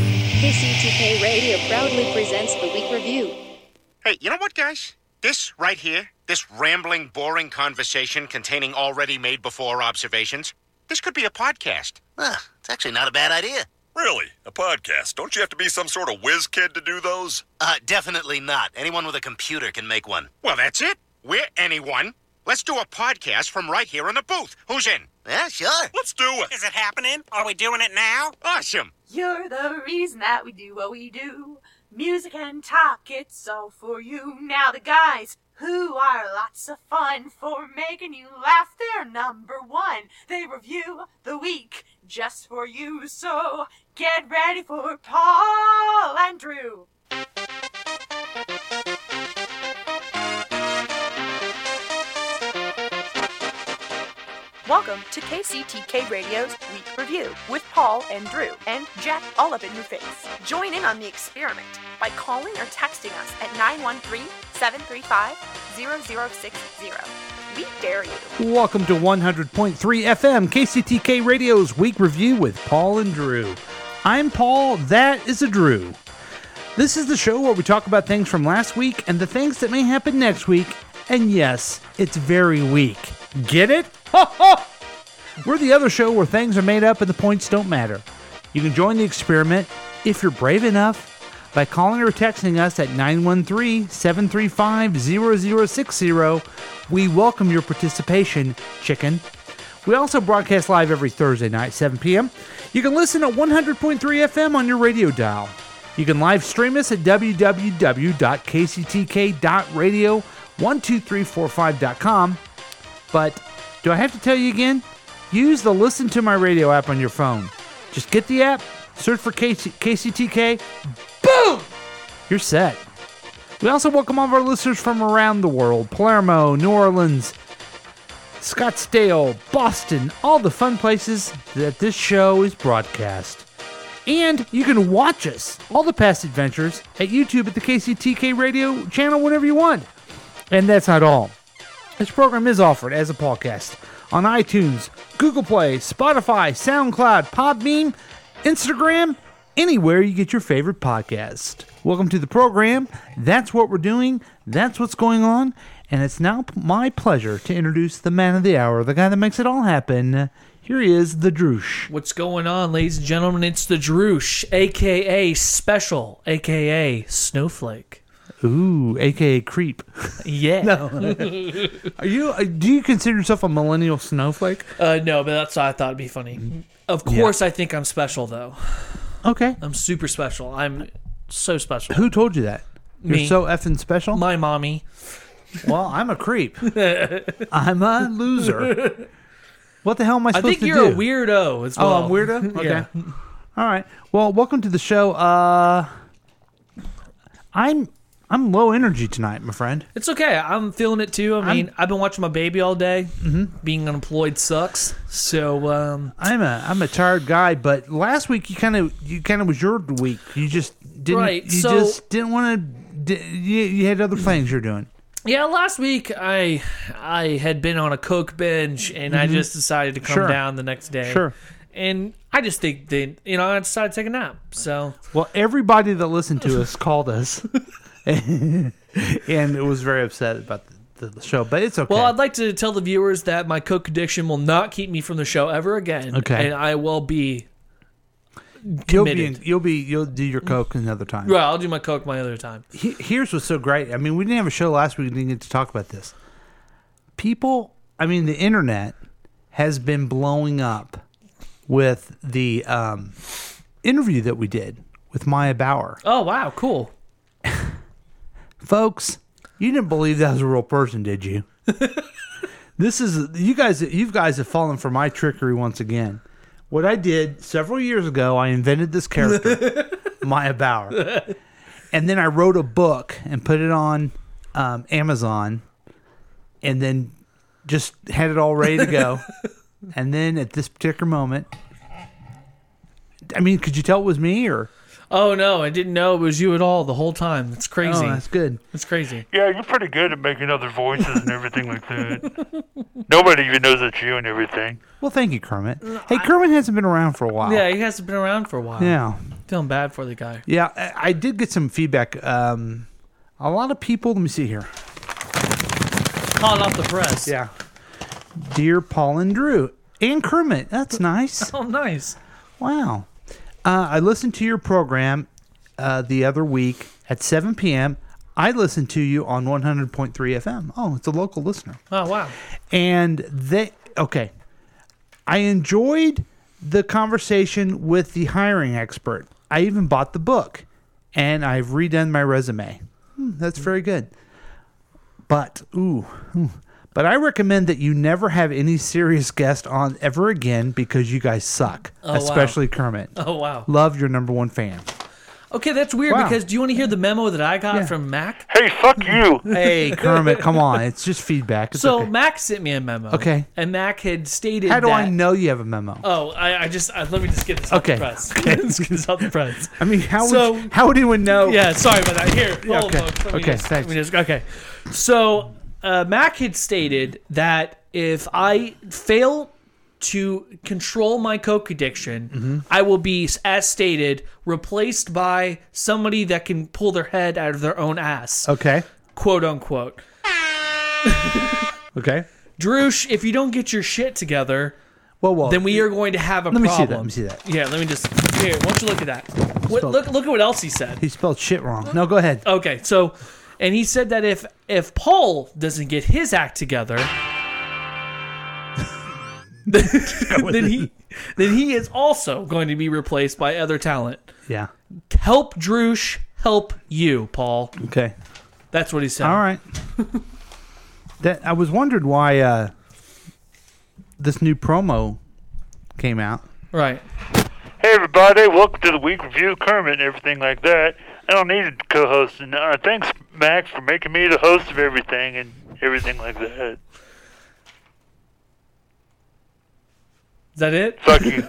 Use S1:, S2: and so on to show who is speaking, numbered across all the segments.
S1: E
S2: KCTK Radio proudly presents the week review.
S3: Hey, you know what, guys? This right here, this rambling, boring conversation containing already made before observations, this could be a podcast.
S4: Huh, it's actually not a bad idea.
S5: Really? A podcast? Don't you have to be some sort of whiz kid to do those?
S4: Uh, definitely not. Anyone with a computer can make one.
S3: Well, that's it. We're anyone. Let's do a podcast from right here in the booth. Who's in?
S4: Yeah, sure.
S5: Let's do it.
S6: Is it happening? Are we doing it now?
S3: Awesome.
S7: You're the reason that we do what we do. Music and talk, it's all for you. Now, the guys who are lots of fun for making you laugh, they're number one. They review the week just for you, so get ready for Paul and Drew.
S8: Welcome to KCTK Radio's Week Review with Paul and Drew and Jack all up in your face. Join in on the experiment by calling or texting us at 913-735-0060. We dare you.
S9: Welcome to 100.3 FM KCTK Radio's Week Review with Paul and Drew. I'm Paul, that is a Drew. This is the show where we talk about things from last week and the things that may happen next week. And yes, it's very weak. Get it? Ho ho! We're the other show where things are made up and the points don't matter. You can join the experiment if you're brave enough by calling or texting us at 913 735 0060. We welcome your participation, chicken. We also broadcast live every Thursday night, 7 p.m. You can listen at 100.3 FM on your radio dial. You can live stream us at www.kctk.radio12345.com. But do I have to tell you again? Use the Listen to My Radio app on your phone. Just get the app, search for KC- KCTK, boom! You're set. We also welcome all of our listeners from around the world Palermo, New Orleans, Scottsdale, Boston, all the fun places that this show is broadcast. And you can watch us, all the past adventures, at YouTube at the KCTK radio channel whenever you want. And that's not all. This program is offered as a podcast on iTunes, Google Play, Spotify, SoundCloud, Podbeam, Instagram, anywhere you get your favorite podcast. Welcome to the program. That's what we're doing. That's what's going on. And it's now p- my pleasure to introduce the man of the hour, the guy that makes it all happen. Here he is, the Droosh.
S10: What's going on, ladies and gentlemen? It's the Droosh, aka Special, aka Snowflake.
S9: Ooh, aka Creep.
S10: Yeah. No.
S9: Are you? uh, Do you consider yourself a millennial snowflake?
S10: uh, no, but that's what I thought it'd be funny. Of course, I think I'm special, though.
S9: Okay.
S10: I'm super special. I'm so special.
S9: Who told you that? You're
S10: Me.
S9: so effing special.
S10: My mommy.
S9: well, I'm a creep. I'm a loser. What the hell am I
S10: I
S9: supposed
S10: think
S9: to do?
S10: you're a weirdo as well.
S9: Oh, I'm weirdo. Okay.
S10: Yeah.
S9: All right. Well, welcome to the show. Uh, I'm I'm low energy tonight, my friend.
S10: It's okay. I'm feeling it too. I mean, i have been watching my baby all day. Mm-hmm. Being unemployed sucks. So, um,
S9: I'm a I'm a tired guy, but last week you kind of you kind of was your week. You just didn't
S10: Right,
S9: you
S10: so-
S9: just didn't want to. You, you had other things you're doing.
S10: Yeah, last week I I had been on a coke binge and I just decided to come
S9: Mm-hmm. Sure.
S10: down the next day.
S9: Sure.
S10: And I just think that you know I decided to take a nap. So
S9: Well, everybody that listened to us called us, and it was very upset about the, the show. But it's okay.
S10: well, I'd like to tell the viewers that my coke addiction will not keep me from the show ever again.
S9: Okay.
S10: And I will be
S9: you'll
S10: committed.
S9: be you'll be you'll do your coke another time.
S10: well. I'll do my coke my other time.
S9: He- here's what's so great. I mean, we didn't have a show last week. We didn't get to talk about this. People, I mean, the internet has been blowing up with the um, interview that we did with Maya Bauer.
S10: Oh wow, cool.
S9: Folks, you didn't believe that was a real person, did you? this is you guys. You guys have fallen for my trickery once again. What I did several years ago, I invented this character, Maya Bauer, and then I wrote a book and put it on um, Amazon, and then just had it all ready to go. and then at this particular moment, I mean, could you tell it was me or?
S10: Oh no, I didn't know it was you at all the whole time. That's
S9: Oh,
S10: crazy.
S9: that's good.
S10: that's crazy.
S11: Yeah, you're pretty good at making other voices and everything like that. Nobody even knows it's you and everything.
S9: Well, thank you, Kermit. Hey, Kermit hasn't been around for a while.
S10: Yeah, he hasn't been around for a while.
S9: Yeah.
S10: Feeling bad for the guy.
S9: Yeah, I, I did get some feedback. Um, a lot of people. Let me see here.
S10: Hot off the press.
S9: Yeah. Dear Paul and Drew and Kermit, that's nice.
S10: Oh, nice.
S9: Wow. Uh, I listened to your program uh, the other week at 7 p.m. I listened to you on 100.3 FM. Oh, it's a local listener.
S10: Oh, wow.
S9: And they, okay. I enjoyed the conversation with the hiring expert. I even bought the book and I've redone my resume. Hmm, that's very good. But, ooh, hmm. but I recommend that you never have any serious guest on ever again because you guys suck,
S10: Oh, wow.
S9: especially Kermit.
S10: Oh, wow.
S9: Love your number one fan.
S10: Okay, that's weird
S9: Wow.
S10: because do you want to hear the memo that I got from Mac?
S11: Hey, fuck you!
S9: Mm. Hey, Kermit, come on. It's just feedback. It's
S10: So
S9: okay.
S10: Mac sent me a memo.
S9: Okay.
S10: And Mac had stated
S9: how do I
S10: that-
S9: know you have a memo?
S10: Oh, I, I just I, let me just get this off
S9: Okay.
S10: the press. Let's get this off the press.
S9: I mean, how
S10: so-
S9: would how would anyone know?
S10: Yeah, sorry about that. Here, hold
S9: Oh. okay.
S10: on, folks. Let me
S9: Okay,
S10: just-
S9: thanks.
S10: let me just- okay. So uh, Mac had stated that if I fail to control my coke addiction,
S9: Mm-hmm.
S10: I will be, as stated, replaced by somebody that can pull their head out of their own ass,
S9: Okay.
S10: quote unquote.
S9: Okay.
S10: Droosh, if you don't get your shit together,
S9: Well, well.
S10: then we are going to have a
S9: Let me see that.
S10: problem.
S9: Let me see that.
S10: Yeah, let me just here. Why don't you look at that? What,
S9: Spelled-
S10: look, Oh. look at what else he said.
S9: he spelled shit wrong. No, go ahead.
S10: Okay, so and he said that if if Paul doesn't get his act together, then, then he then he is also going to be replaced by other talent.
S9: Yeah.
S10: Help Droosh, help you, Paul.
S9: Okay.
S10: That's what he said.
S9: All right. that I was wondered why uh, this new promo came out.
S10: Right.
S11: Hey, everybody, welcome to the week review, Kermit, and everything like that. I don't need a co host, and uh, thanks, Max, for making me the host of everything and everything like that.
S10: Is that it?
S11: Fuck you.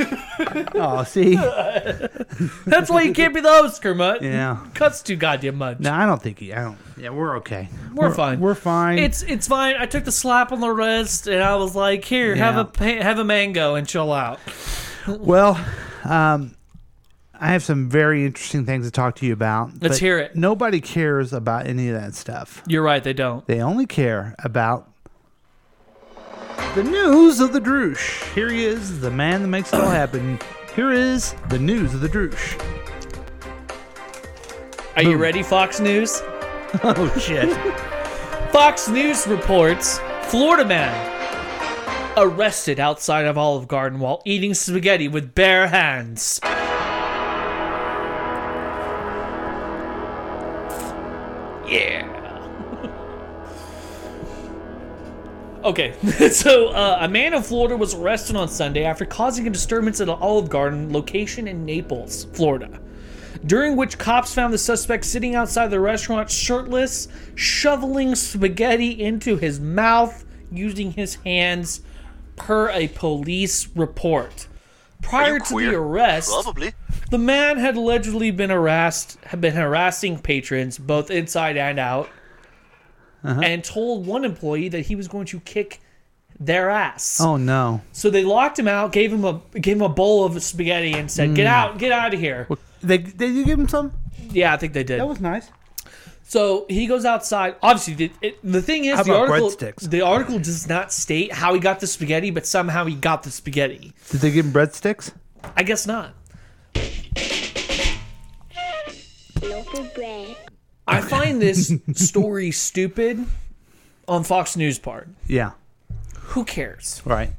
S9: Oh, see.
S10: That's why you can't be the host, Kermit.
S9: Yeah.
S10: Cuts too goddamn much.
S9: No, I don't think he. I don't. Yeah, we're okay.
S10: We're fine.
S9: We're fine.
S10: It's it's fine. I took the slap on the wrist and I was like, "Here, have
S9: Yeah.
S10: a pa- have a mango and chill out."
S9: Well, um, I have some very interesting things to talk to you about.
S10: Let's
S9: but
S10: hear it.
S9: Nobody cares about any of that stuff.
S10: You're right, they don't.
S9: They only care about the news of the Droosh. Here he is, the man that makes it all happen. Here is the news of the Droosh.
S10: Are you ready, Fox News?
S9: Oh shit!
S10: Fox News reports Florida man arrested outside of Olive Garden while eating spaghetti with bare hands. Yeah. Okay, so uh, a man in Florida was arrested on Sunday after causing a disturbance at an Olive Garden location in Naples, Florida during which cops found the suspect sitting outside the restaurant shirtless, shoveling spaghetti into his mouth using his hands, per a police report. Prior to the arrest,
S4: Probably.
S10: the man had allegedly been harassed, had been harassing patrons both inside and out, and told one employee that he was going to kick their ass.
S9: Oh no!
S10: So they locked him out, gave him a gave him a bowl of spaghetti, and said, "Get out, get out of here."
S9: They did you give him some?
S10: Yeah, I think they did.
S9: That was nice.
S10: So he goes outside. Obviously, the, it, the thing is,
S9: How
S10: the
S9: about
S10: article
S9: breadsticks?
S10: the article does not state how he got the spaghetti, but somehow he got the spaghetti.
S9: Did they give him breadsticks?
S10: I guess not. I find this story stupid on Fox News part.
S9: Yeah.
S10: Who cares?
S9: Right.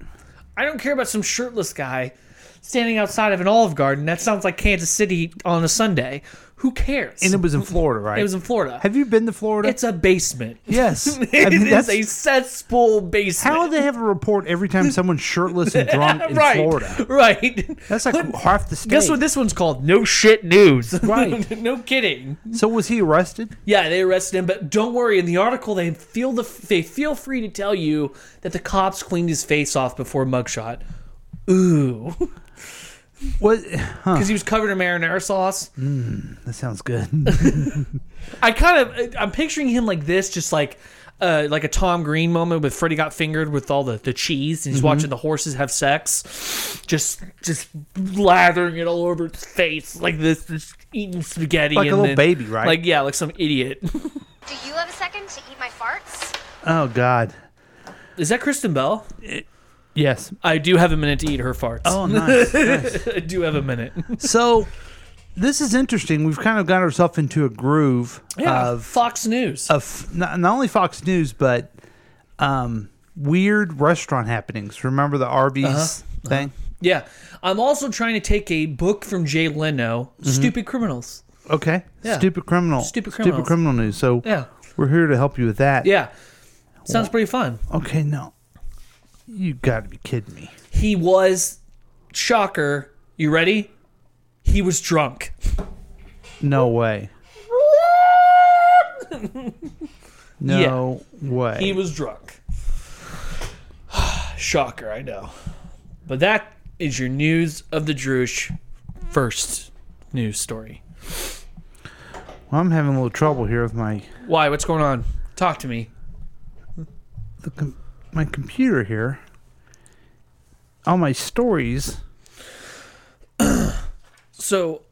S10: I don't care about some shirtless guy standing outside of an Olive Garden. That sounds like Kansas City on a Sunday. Who cares?
S9: And it was in Florida, right?
S10: It was in Florida.
S9: Have you been to Florida?
S10: it's a basement.
S9: yes. I
S10: It
S9: mean,
S10: is
S9: that's-
S10: a cesspool basement.
S9: how do they have a report every time someone's shirtless and drunk in
S10: right,
S9: Florida?
S10: Right.
S9: That's like half the state.
S10: Guess what this one's called? No shit news.
S9: Right.
S10: no kidding.
S9: so was he arrested?
S10: Yeah, they arrested him, but don't worry. In the article, they feel the they feel free to tell you that the cops cleaned his face off before mugshot. Ooh,
S9: What?
S10: because he was covered in marinara sauce.
S9: That sounds good.
S10: I kind of I'm picturing him like this, just like uh, like a Tom Green moment with Freddy got fingered with all the, the cheese and he's watching the horses have sex, just just lathering it all over its face like this, just eating spaghetti
S9: Like a
S10: and
S9: little
S10: then-
S9: baby, right?
S10: Like yeah, like some idiot.
S12: Do you have a second to eat my farts?
S9: Oh God.
S10: Is that Kristen Bell?
S9: Yes.
S10: I do have a minute to eat her farts.
S9: Oh, nice.
S10: I do have a minute.
S9: so this is interesting. We've kind of got ourselves into a groove of
S10: Fox News.
S9: of not, not only Fox News but um, weird restaurant happenings. Remember the Arby's
S10: Uh-huh.
S9: thing?
S10: yeah, I'm also trying to take a book from Jay Leno,
S9: Mm-hmm.
S10: "Stupid Criminals."
S9: Okay.
S10: Yeah.
S9: Stupid criminal.
S10: Stupid
S9: Stupid
S10: criminals.
S9: criminal news. So
S10: Yeah.
S9: we're here to help you with that.
S10: Yeah, sounds pretty fun.
S9: Okay. No. You got to be kidding me.
S10: He was shocker. You ready? He was drunk.
S9: No way. No way.
S10: He was drunk. shocker, I know. But that is your news of the Drush. First news story.
S9: well, I'm having a little trouble here with my
S10: Why? What's going on? Talk to me.
S9: the com- my computer here. All my stories.
S10: So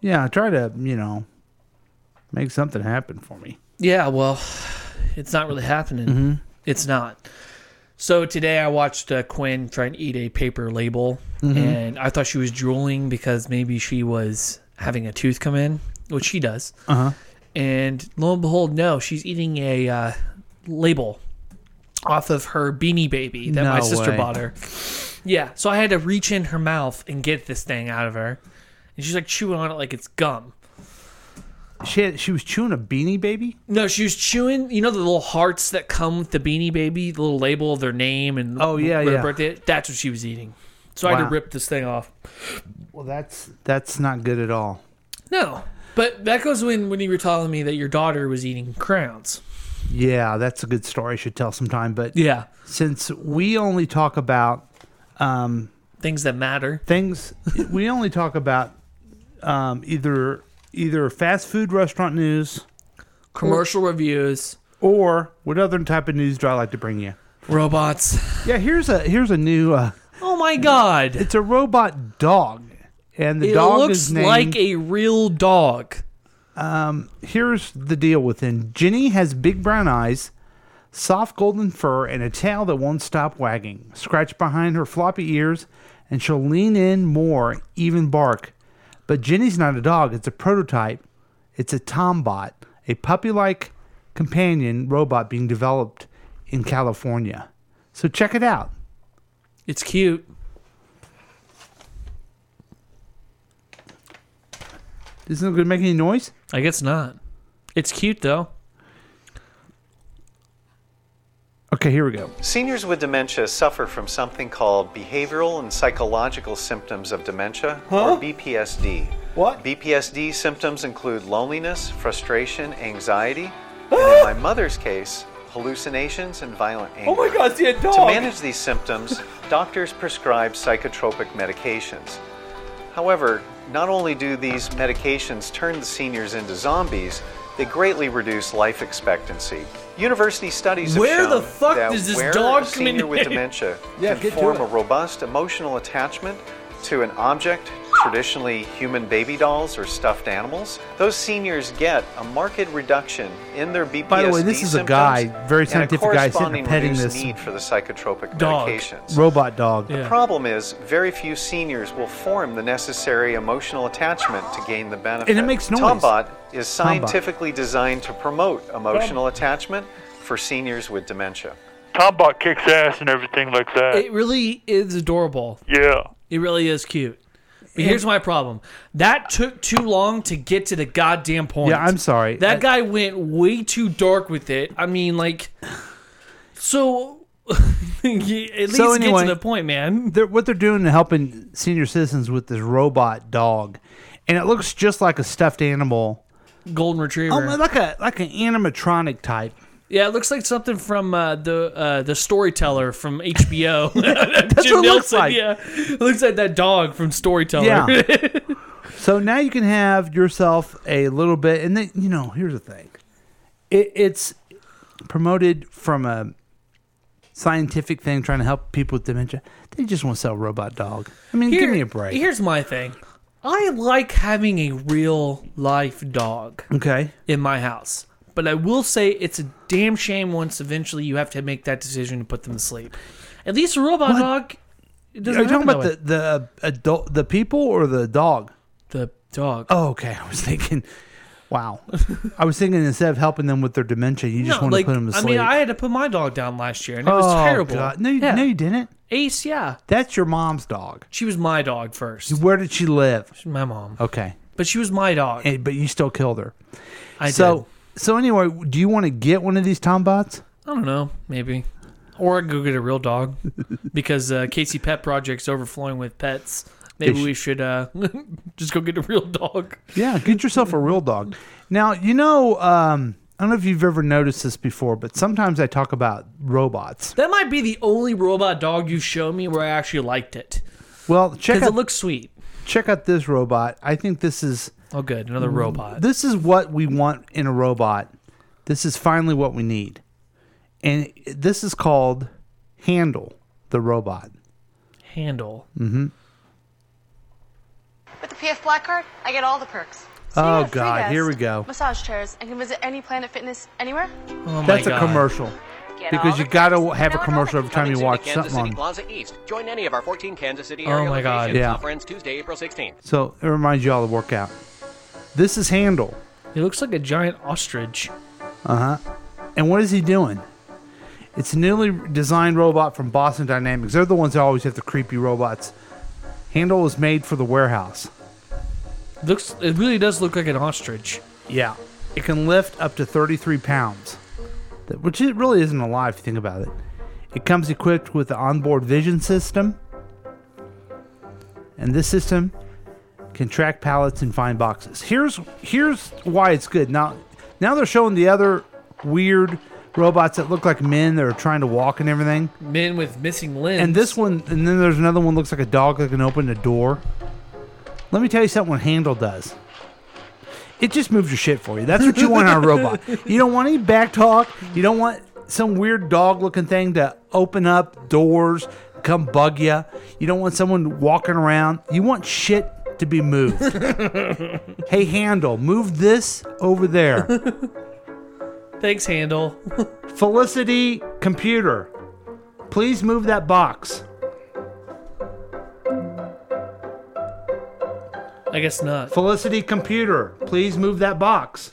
S9: Yeah, I try to you know make something happen for me.
S10: Yeah, well, it's not really happening.
S9: Mm-hmm.
S10: It's not. So today I watched uh, Quinn try and eat a paper label,
S9: Mm-hmm.
S10: and I thought she was drooling because maybe she was having a tooth come in, which she does. Uh-huh. And lo and behold, no, she's eating a uh, label off of her beanie baby that my
S9: No
S10: sister
S9: way.
S10: bought her. Yeah, so I had to reach in her mouth and get this thing out of her, and she's like chewing on it like it's gum.
S9: She had, she was chewing a beanie baby.
S10: No, she was chewing. You know the little hearts that come with the Beanie Baby, the little label of their name and
S9: Oh, yeah,
S10: their
S9: yeah.
S10: birthday. That's what she was eating. So I had
S9: Wow.
S10: to rip this thing off.
S9: Well, that's that's not good at all.
S10: No, but that goes when when you were telling me that your daughter was eating crowns.
S9: Yeah, that's a good story. I should tell sometime. But
S10: Yeah,
S9: since we only talk about
S10: things that matter.
S9: things we only talk about um, either either fast food restaurant news
S10: Commercial reviews,
S9: or what other type of news do I like to bring you?
S10: robots.
S9: Yeah, here's a here's a new. Uh,
S10: Oh my god!
S9: it's a robot dog, and the
S10: It
S9: dog
S10: looks
S9: is named.
S10: like a real dog.
S9: here's the deal with him. Ginny has big brown eyes, soft golden fur, and a tail that won't stop wagging. Scratch behind her floppy ears, and she'll lean in more, even bark. But Ginny's not a dog, it's a prototype. It's a Tombot, a puppy like companion robot being developed in California. So check it out.
S10: It's cute.
S9: Isn't it going to make any noise?
S10: I guess not. It's cute though.
S9: Okay, here we go.
S13: Seniors with dementia suffer from something called behavioral and psychological symptoms of dementia, or BPSD.
S9: What?
S13: BPSD symptoms include loneliness, frustration, anxiety, and in my mother's case, hallucinations and violent anger.
S10: Oh see a
S13: To manage these symptoms, doctors prescribe psychotropic medications. However, not only do these medications turn the seniors into zombies, they greatly reduce life expectancy. University studies have
S10: Where
S13: shown
S10: the fuck
S13: that
S10: does this
S13: where
S10: dog
S13: a
S10: come in
S13: senior with
S10: here?
S13: dementia
S9: Yeah,
S13: can
S9: get to
S13: form
S9: it.
S13: a robust emotional attachment to an object, traditionally human baby dolls or stuffed animals, those seniors get a marked reduction in their BPSD
S9: the way, this is a guy,
S13: symptoms
S9: very
S13: and a
S9: scientific guy, sitting
S13: corresponding
S9: petting
S13: reduced
S9: this
S13: need for the psychotropic
S10: dog.
S13: medications.
S9: Robot dog.
S10: Yeah.
S13: Problem is, very few seniors will form the necessary emotional attachment to gain the benefit.
S9: And it makes noise.
S13: Tombot is scientifically designed to promote emotional attachment for seniors with dementia.
S11: Tombot kicks ass and everything like that.
S10: It really is adorable.
S11: yeah.
S10: It really is cute. But here's my problem. That took too long to get to the goddamn point.
S9: Yeah, I'm sorry.
S10: That
S9: I-
S10: guy went way too dark with it. I mean, like, so you- at least
S9: So
S10: get
S9: anyway-
S10: to the point, man.
S9: they're, what they're doing to helping senior citizens with this robot dog, and it looks just like a stuffed animal,
S10: Golden
S9: Oh,
S10: Retriever.
S9: like a like an animatronic type.
S10: yeah, it looks like something from uh, the uh, the storyteller from HBO. That's
S9: what it looks like.
S10: Yeah, it looks like that dog from Storyteller.
S9: Yeah. So now you can have yourself a little bit, and then you know, here's the thing, it, it's promoted from a scientific thing trying to help people with dementia. They just want to sell Robot Dog. I mean, give
S10: Here-
S9: me a break.
S10: Here's my thing. I like having a real life dog
S9: okay.
S10: in my house. But I will say it's a damn shame once eventually you have to make that decision to put them to sleep. At least a robot dog
S9: Are
S10: it doesn't
S9: you talking
S10: happen that
S9: about
S10: way.
S9: the, the uh, adult, the people or the dog?
S10: The dog.
S9: Oh, okay. I was thinking, wow. I was thinking instead of helping them with their dementia, you just
S10: No,
S9: want
S10: like,
S9: to put them to
S10: I
S9: sleep.
S10: mean, I had to put my dog down last year, and it was
S9: Oh,
S10: terrible.
S9: God. No, you- no, you didn't.
S10: Ace, yeah.
S9: That's your mom's dog.
S10: She was my dog first.
S9: Where did she live?
S10: She's my mom.
S9: Okay.
S10: But she was my dog.
S9: Oh. And- but you still killed her.
S10: I
S9: so, So anyway, do you want to get one of these Tombots?
S10: I don't know, maybe. Or I go get a real dog because uh, Casey Pet Project's overflowing with pets. Maybe
S9: Ish.
S10: we should uh, just go get a real dog.
S9: Yeah, get yourself a real dog. Now, you know, um, I don't know if you've ever noticed this before, but sometimes I talk about robots.
S10: That might be the only robot dog you show me where I actually liked it.
S9: Well, check
S10: 'Cause
S9: out
S10: it looks sweet.
S9: check out this robot. I think this is
S10: Oh, good, another
S9: Mm.
S10: robot.
S9: This is what we want in a robot. This is finally what we need, and this is called Handle the robot.
S10: Handle.
S9: Mm-hmm.
S14: With the PF Black Card, I get all the perks.
S9: Oh,
S14: you get free
S9: God,
S14: guests,
S9: here we go.
S14: Massage chairs, and can visit any Planet Fitness anywhere.
S10: Oh,
S9: That's a
S10: my God.
S9: commercial
S14: Get all
S9: because
S14: the
S9: you gotta have a
S14: Now it
S9: commercial every time you watch
S15: Kansas
S9: something
S15: City
S9: on.
S15: Plaza East. Join any of our 14 Kansas City
S10: Oh
S15: area
S10: my God.
S15: locations.
S9: Yeah.
S15: Conference Tuesday, April 16th.
S9: So it reminds you all to work out. This is Handle.
S10: It looks like a giant ostrich.
S9: Uh huh. And what is he doing? It's a newly designed robot from Boston Dynamics. They're the ones that always have the creepy robots. Handle was made for the warehouse.
S10: Looks. It really does look like an ostrich.
S9: Yeah. It can lift up to 33 pounds, th- which it really isn't a lot if you think about it. It comes equipped with the onboard vision system, and this system can track pallets and find boxes. Here's here's why it's good. Now now they're showing the other weird robots that look like men that are trying to walk and everything.
S10: Men with missing limbs.
S9: And this one, and then there's another one looks like a dog that can open a door. Let me tell you something. What handle does? It just moves your shit for you. That's what you want on a robot. You don't want any back talk. You don't want some weird dog looking thing to open up doors, come bug you. You don't want someone walking around. You want shit to be moved. hey, handle, move this over there.
S10: Thanks, handle.
S9: Felicity, computer, please move that box.
S10: I guess not.
S9: Felicity, computer, please move that box.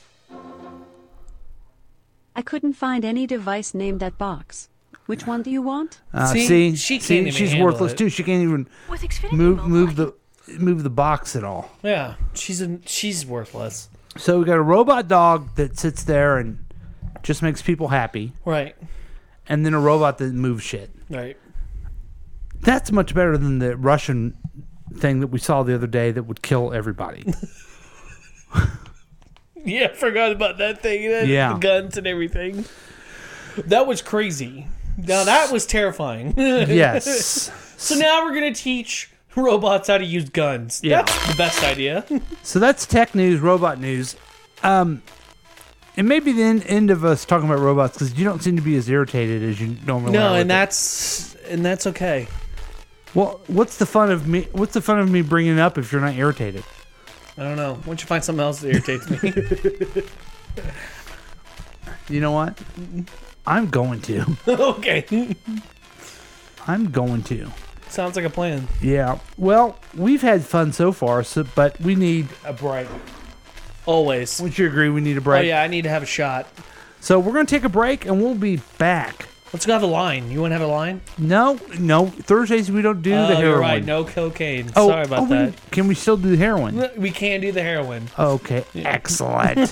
S1: I couldn't find any device named that box. Which one do you want?
S9: Uh, see,
S10: See?
S9: she
S10: She
S9: see,
S10: can't even
S9: she's
S10: handle
S9: worthless
S10: it.
S9: too. She can't even
S1: With Xfinity
S9: move move the move the box at all.
S10: Yeah, she's a, she's worthless.
S9: So we got a robot dog that sits there and just makes people happy,
S10: Right.
S9: and then a robot that moves shit.
S10: Right.
S9: That's much better than the Russian thing that we saw the other day that would kill everybody.
S10: Yeah, I forgot about that thing. That,
S9: Yeah.
S10: The guns and everything. That was crazy. Now, that was terrifying.
S9: Yes.
S10: so now we're going to teach robots how to use guns.
S9: Yeah.
S10: That's the best idea.
S9: so that's tech news, robot news. Um, it may be the end, end of us talking about robots because you don't seem to be as irritated as you normally are.
S10: no,
S9: with
S10: and
S9: it.
S10: that's and that's okay.
S9: Well, what's the fun of me? What's the fun of me bringing it up if you're not irritated?
S10: I don't know. Why don't you find something else that irritates me?
S9: You know what? I'm going to.
S10: okay.
S9: I'm going to.
S10: Sounds like a plan.
S9: Yeah. Well, we've had fun so far, so but we need
S10: A break. Always.
S9: Would you agree we need a break?
S10: Oh, yeah, I need to have a shot.
S9: So we're going to take a break and we'll be back.
S10: Let's go have a line. You want to have a line?
S9: No, no. Thursdays we don't do
S10: oh,
S9: the heroin.
S10: you're right. No cocaine. Sorry about
S9: oh, we-
S10: that.
S9: can we still do the heroin?
S10: We can do the heroin.
S9: Okay, excellent.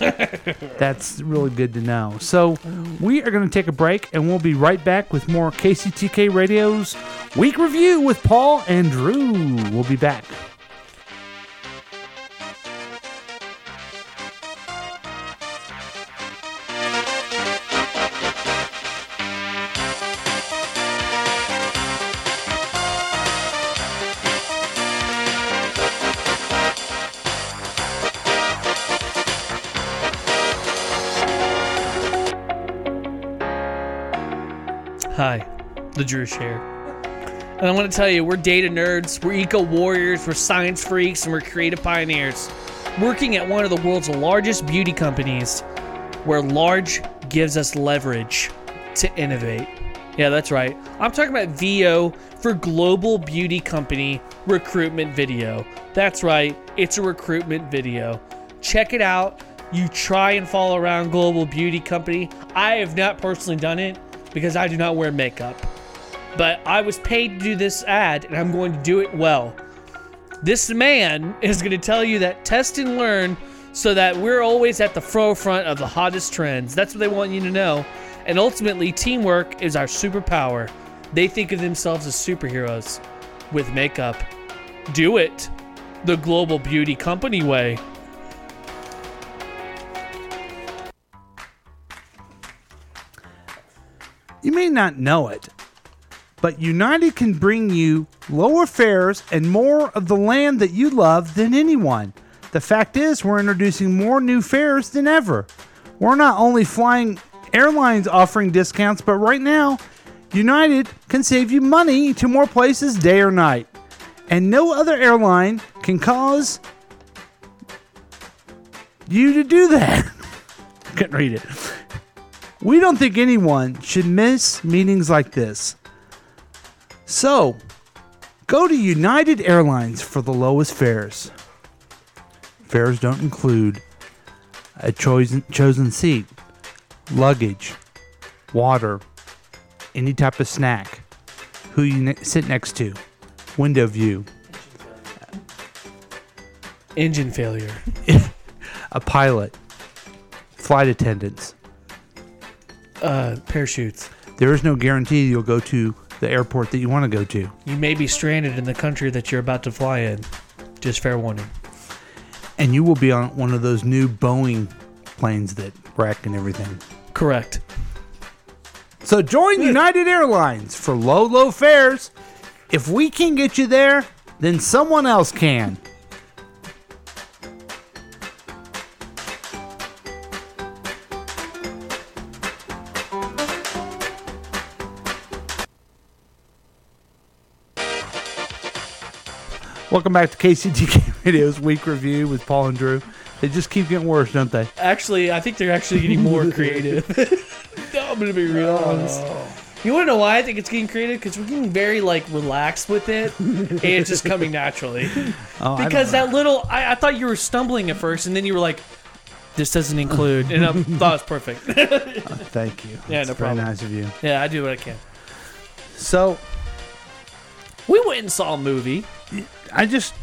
S9: That's really good to know. So, we are going to take a break and we'll be right back with more KCTK Radio's Week Review with Paul and Drew. We'll be back.
S10: Hi, the Drew Share. And I want to tell you, we're data nerds, we're eco warriors, we're science freaks, and we're creative pioneers. Working at one of the world's largest beauty companies, where large gives us leverage to innovate. Yeah, that's right. I'm talking about VO for Global Beauty Company Recruitment Video. That's right, it's a recruitment video. Check it out. You try and follow around Global Beauty Company. I have not personally done it because I do not wear makeup. But I was paid to do this ad and I'm going to do it well. This man is going to tell you that test and learn so that we're always at the forefront of the hottest trends. That's what they want you to know. And ultimately, teamwork is our superpower. They think of themselves as superheroes with makeup. Do it the global beauty company way.
S9: You may not know it, but United can bring you lower fares and more of the land that you love than anyone. The fact is, we're introducing more new fares than ever. We're not only flying airlines offering discounts, but right now, United can save you money to more places day or night. And no other airline can cause you to do that. Couldn't read it. We don't think anyone should miss meetings like this. So, go to United Airlines for the lowest fares. Fares don't include a chosen, chosen seat, luggage, water, any type of snack, who you ne- sit next to, window view,
S10: engine failure,
S9: a pilot, flight attendants,
S10: uh, parachutes.
S9: There is no guarantee you'll go to the airport that you want to go to.
S10: You may be stranded in the country that you're about to fly in. Just fair warning.
S9: And you will be on one of those new Boeing planes that wreck and everything.
S10: Correct.
S9: So join United Airlines for low, low fares. If we can get you there, then someone else can. Welcome back to KCTK Radio's Week Review with Paul and Drew. They just keep getting worse, don't they?
S10: Actually, I think they're actually getting more creative. Oh. No, I'm gonna be real honest. You wanna know why I think it's getting creative? Because we're getting very like relaxed with it, and it's just coming naturally.
S9: I don't
S10: because that little, I, I thought you were stumbling at first, and then you were like, "This doesn't include," and I thought it was perfect.
S9: Oh, thank you.
S10: Yeah,
S9: That's
S10: no
S9: very
S10: problem.
S9: nice of you.
S10: yeah, I do what I can.
S9: So
S10: We went and saw a movie.
S9: I just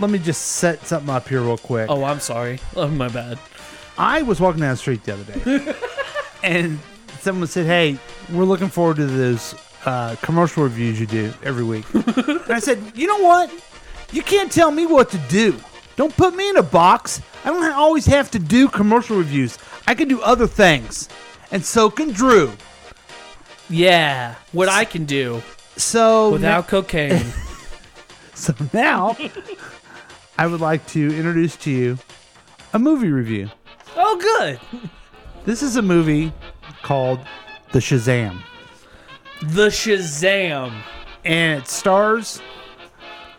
S9: let me just set something up here real quick.
S10: Oh, I'm sorry. Oh, my bad.
S9: I was walking down the street the other day, and someone said, "Hey, we're looking forward to those uh, commercial reviews you do every week." and I said, "You know what? You can't tell me what to do. Don't put me in a box. I don't ha- always have to do commercial reviews. I can do other things, and so can Drew."
S10: Yeah, what I can do
S9: So
S10: without
S9: na-
S10: cocaine.
S9: so now, I would like to introduce to you a movie review.
S10: Oh, good.
S9: This is a movie called The Shazam.
S10: The Shazam.
S9: And it stars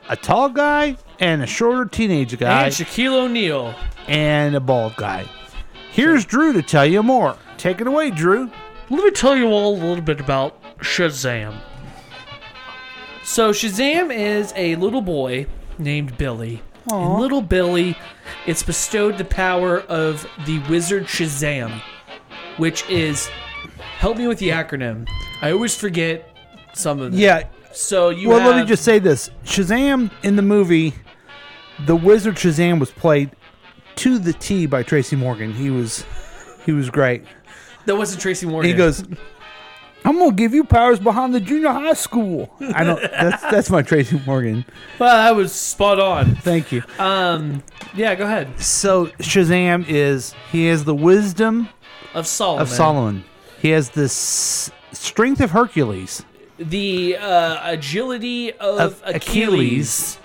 S9: a tall guy and a shorter teenage guy
S10: And Shaquille O'Neal.
S9: and a bald guy. Here's Drew to tell you more. Take it away, Drew.
S10: Let me tell you all a little bit about Shazam. So Shazam is a little boy named Billy. And little Billy it's bestowed the power of the wizard Shazam, which is help me with the acronym. I always forget some of them.
S9: Yeah.
S10: So you
S9: well,
S10: have,
S9: let me just say this Shazam in the movie, the wizard Shazam was played to the T by Tracy Morgan. He was. He was great.
S10: that wasn't Tracy Morgan.
S9: He goes, "I'm gonna give you powers behind the junior high school." I don't. That's that's my Tracy Morgan.
S10: Well, that was spot on.
S9: Thank you.
S10: Um yeah, go ahead.
S9: So Shazam is he has the wisdom
S10: Of Solomon.
S9: of Solomon. He has the s- strength of Hercules.
S10: The uh, agility of,
S9: Of
S10: Achilles.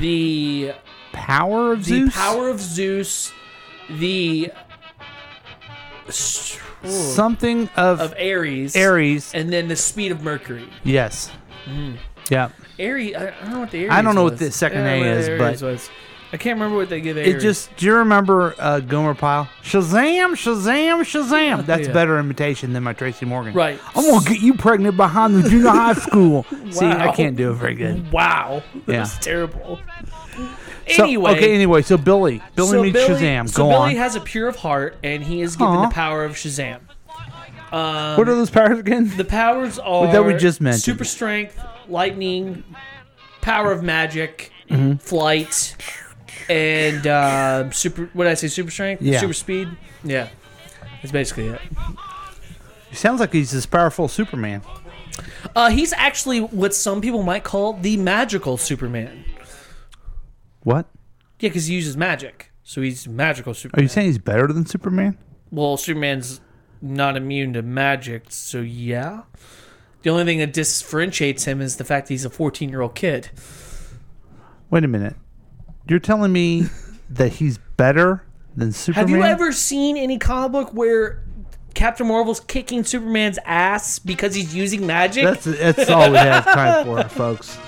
S10: The
S9: Power of
S10: the
S9: Zeus.
S10: power of Zeus, the s-
S9: Something of,
S10: of Aries.
S9: Aries.
S10: And then the speed of Mercury.
S9: Yes.
S10: Mm.
S9: Yeah.
S10: Aries. I, I don't know what the Aries
S9: I don't know what
S10: was.
S9: the second
S10: I don't
S9: A
S10: know what
S9: is,
S10: the Aries
S9: but-
S10: was. I can't remember what they give Aries.
S9: It just. Do you remember uh, Gomer Pyle? Shazam! Shazam! Shazam! That's
S10: Yeah.
S9: better imitation than my Tracy Morgan.
S10: Right.
S9: I'm gonna get you pregnant behind the junior high school. See, I
S10: Wow.
S9: can't do it very good.
S10: Wow. That
S9: Yeah.
S10: was terrible.
S9: So-
S10: Anyway.
S9: okay. Anyway, so Billy, Billy
S10: so
S9: meets
S10: Billy,
S9: Shazam.
S10: So
S9: Go
S10: Billy
S9: on.
S10: has a pure of heart, and he is given
S9: Aw.
S10: the power of Shazam. Um,
S9: what are those powers again?
S10: The powers are
S9: that we just mentioned.
S10: Super strength, lightning, power of magic,
S9: Mhm.
S10: flight, and uh, super. What did I say? Super strength.
S9: Yeah.
S10: Super speed. Yeah. That's basically it.
S9: He sounds like he's this powerful Superman.
S10: Uh, he's actually what some people might call the magical Superman.
S9: What?
S10: Yeah, because he uses magic, so he's magical Superman.
S9: Are you saying he's better than Superman?
S10: Well, Superman's not immune to magic, so yeah. The only thing that differentiates him is the fact that he's a 14 year old kid.
S9: Wait a minute. You're telling me that he's better than Superman?
S10: Have you ever seen any comic book where Captain Marvel's kicking Superman's ass because he's using magic?
S9: That's that's all we have time for, folks.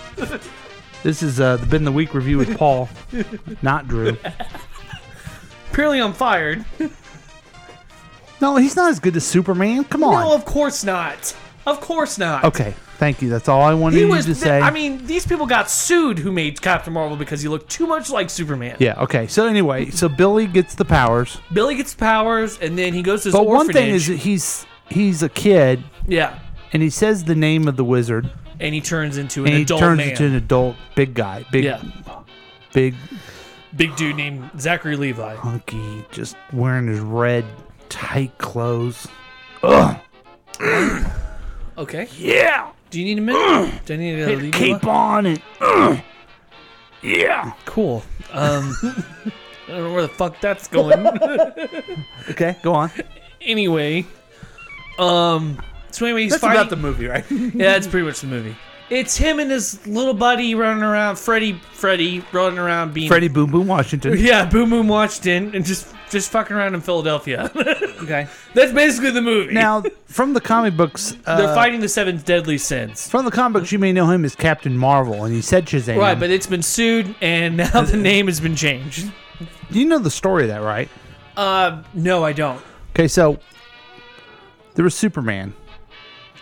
S9: This is uh, the Been the Week review with Paul, not Drew.
S10: Apparently, I'm fired.
S9: No, he's not as good as Superman. Come on.
S10: No, of course not. Of course not.
S9: Okay, thank you. That's all I wanted
S10: He
S9: you
S10: was.
S9: to
S10: th-
S9: say.
S10: I mean, these people got sued who made Captain Marvel because he looked too much like Superman.
S9: yeah. Okay. So anyway, so Billy gets the powers,
S10: Billy gets powers, and then he goes to his
S9: but one
S10: orphanage.
S9: thing is that he's he's a kid,
S10: yeah,
S9: and he says the name of the wizard,
S10: and he turns into
S9: and
S10: an
S9: he
S10: adult
S9: turns
S10: man.
S9: into an adult big guy, big,
S10: Yeah.
S9: big
S10: big dude named Zachary Levi.
S9: hunky, just wearing his red tight clothes. Ugh.
S10: Okay.
S9: Yeah.
S10: Do you need a minute? Do I need to leave you
S9: Keep on it. yeah.
S10: Cool. Um, I don't know where the fuck that's going.
S9: Okay, go on.
S10: anyway, um, so anyway, he's
S9: That's
S10: fighting.
S9: about the movie, right?
S10: yeah, that's pretty much the movie. It's him and his little buddy running around, Freddy, Freddy running around being
S9: Freddie Boom Boom Washington.
S10: Yeah, Boom Boom Washington, and just just fucking around in Philadelphia.
S9: okay,
S10: that's basically the movie.
S9: Now, from the comic books, uh,
S10: they're fighting the seven deadly sins.
S9: From the comic books, you may know him as Captain Marvel, and he said Shazam.
S10: Right, but it's been sued, and now the name has been changed.
S9: you know the story of that, right?
S10: Uh, no, I don't.
S9: Okay, so there was Superman,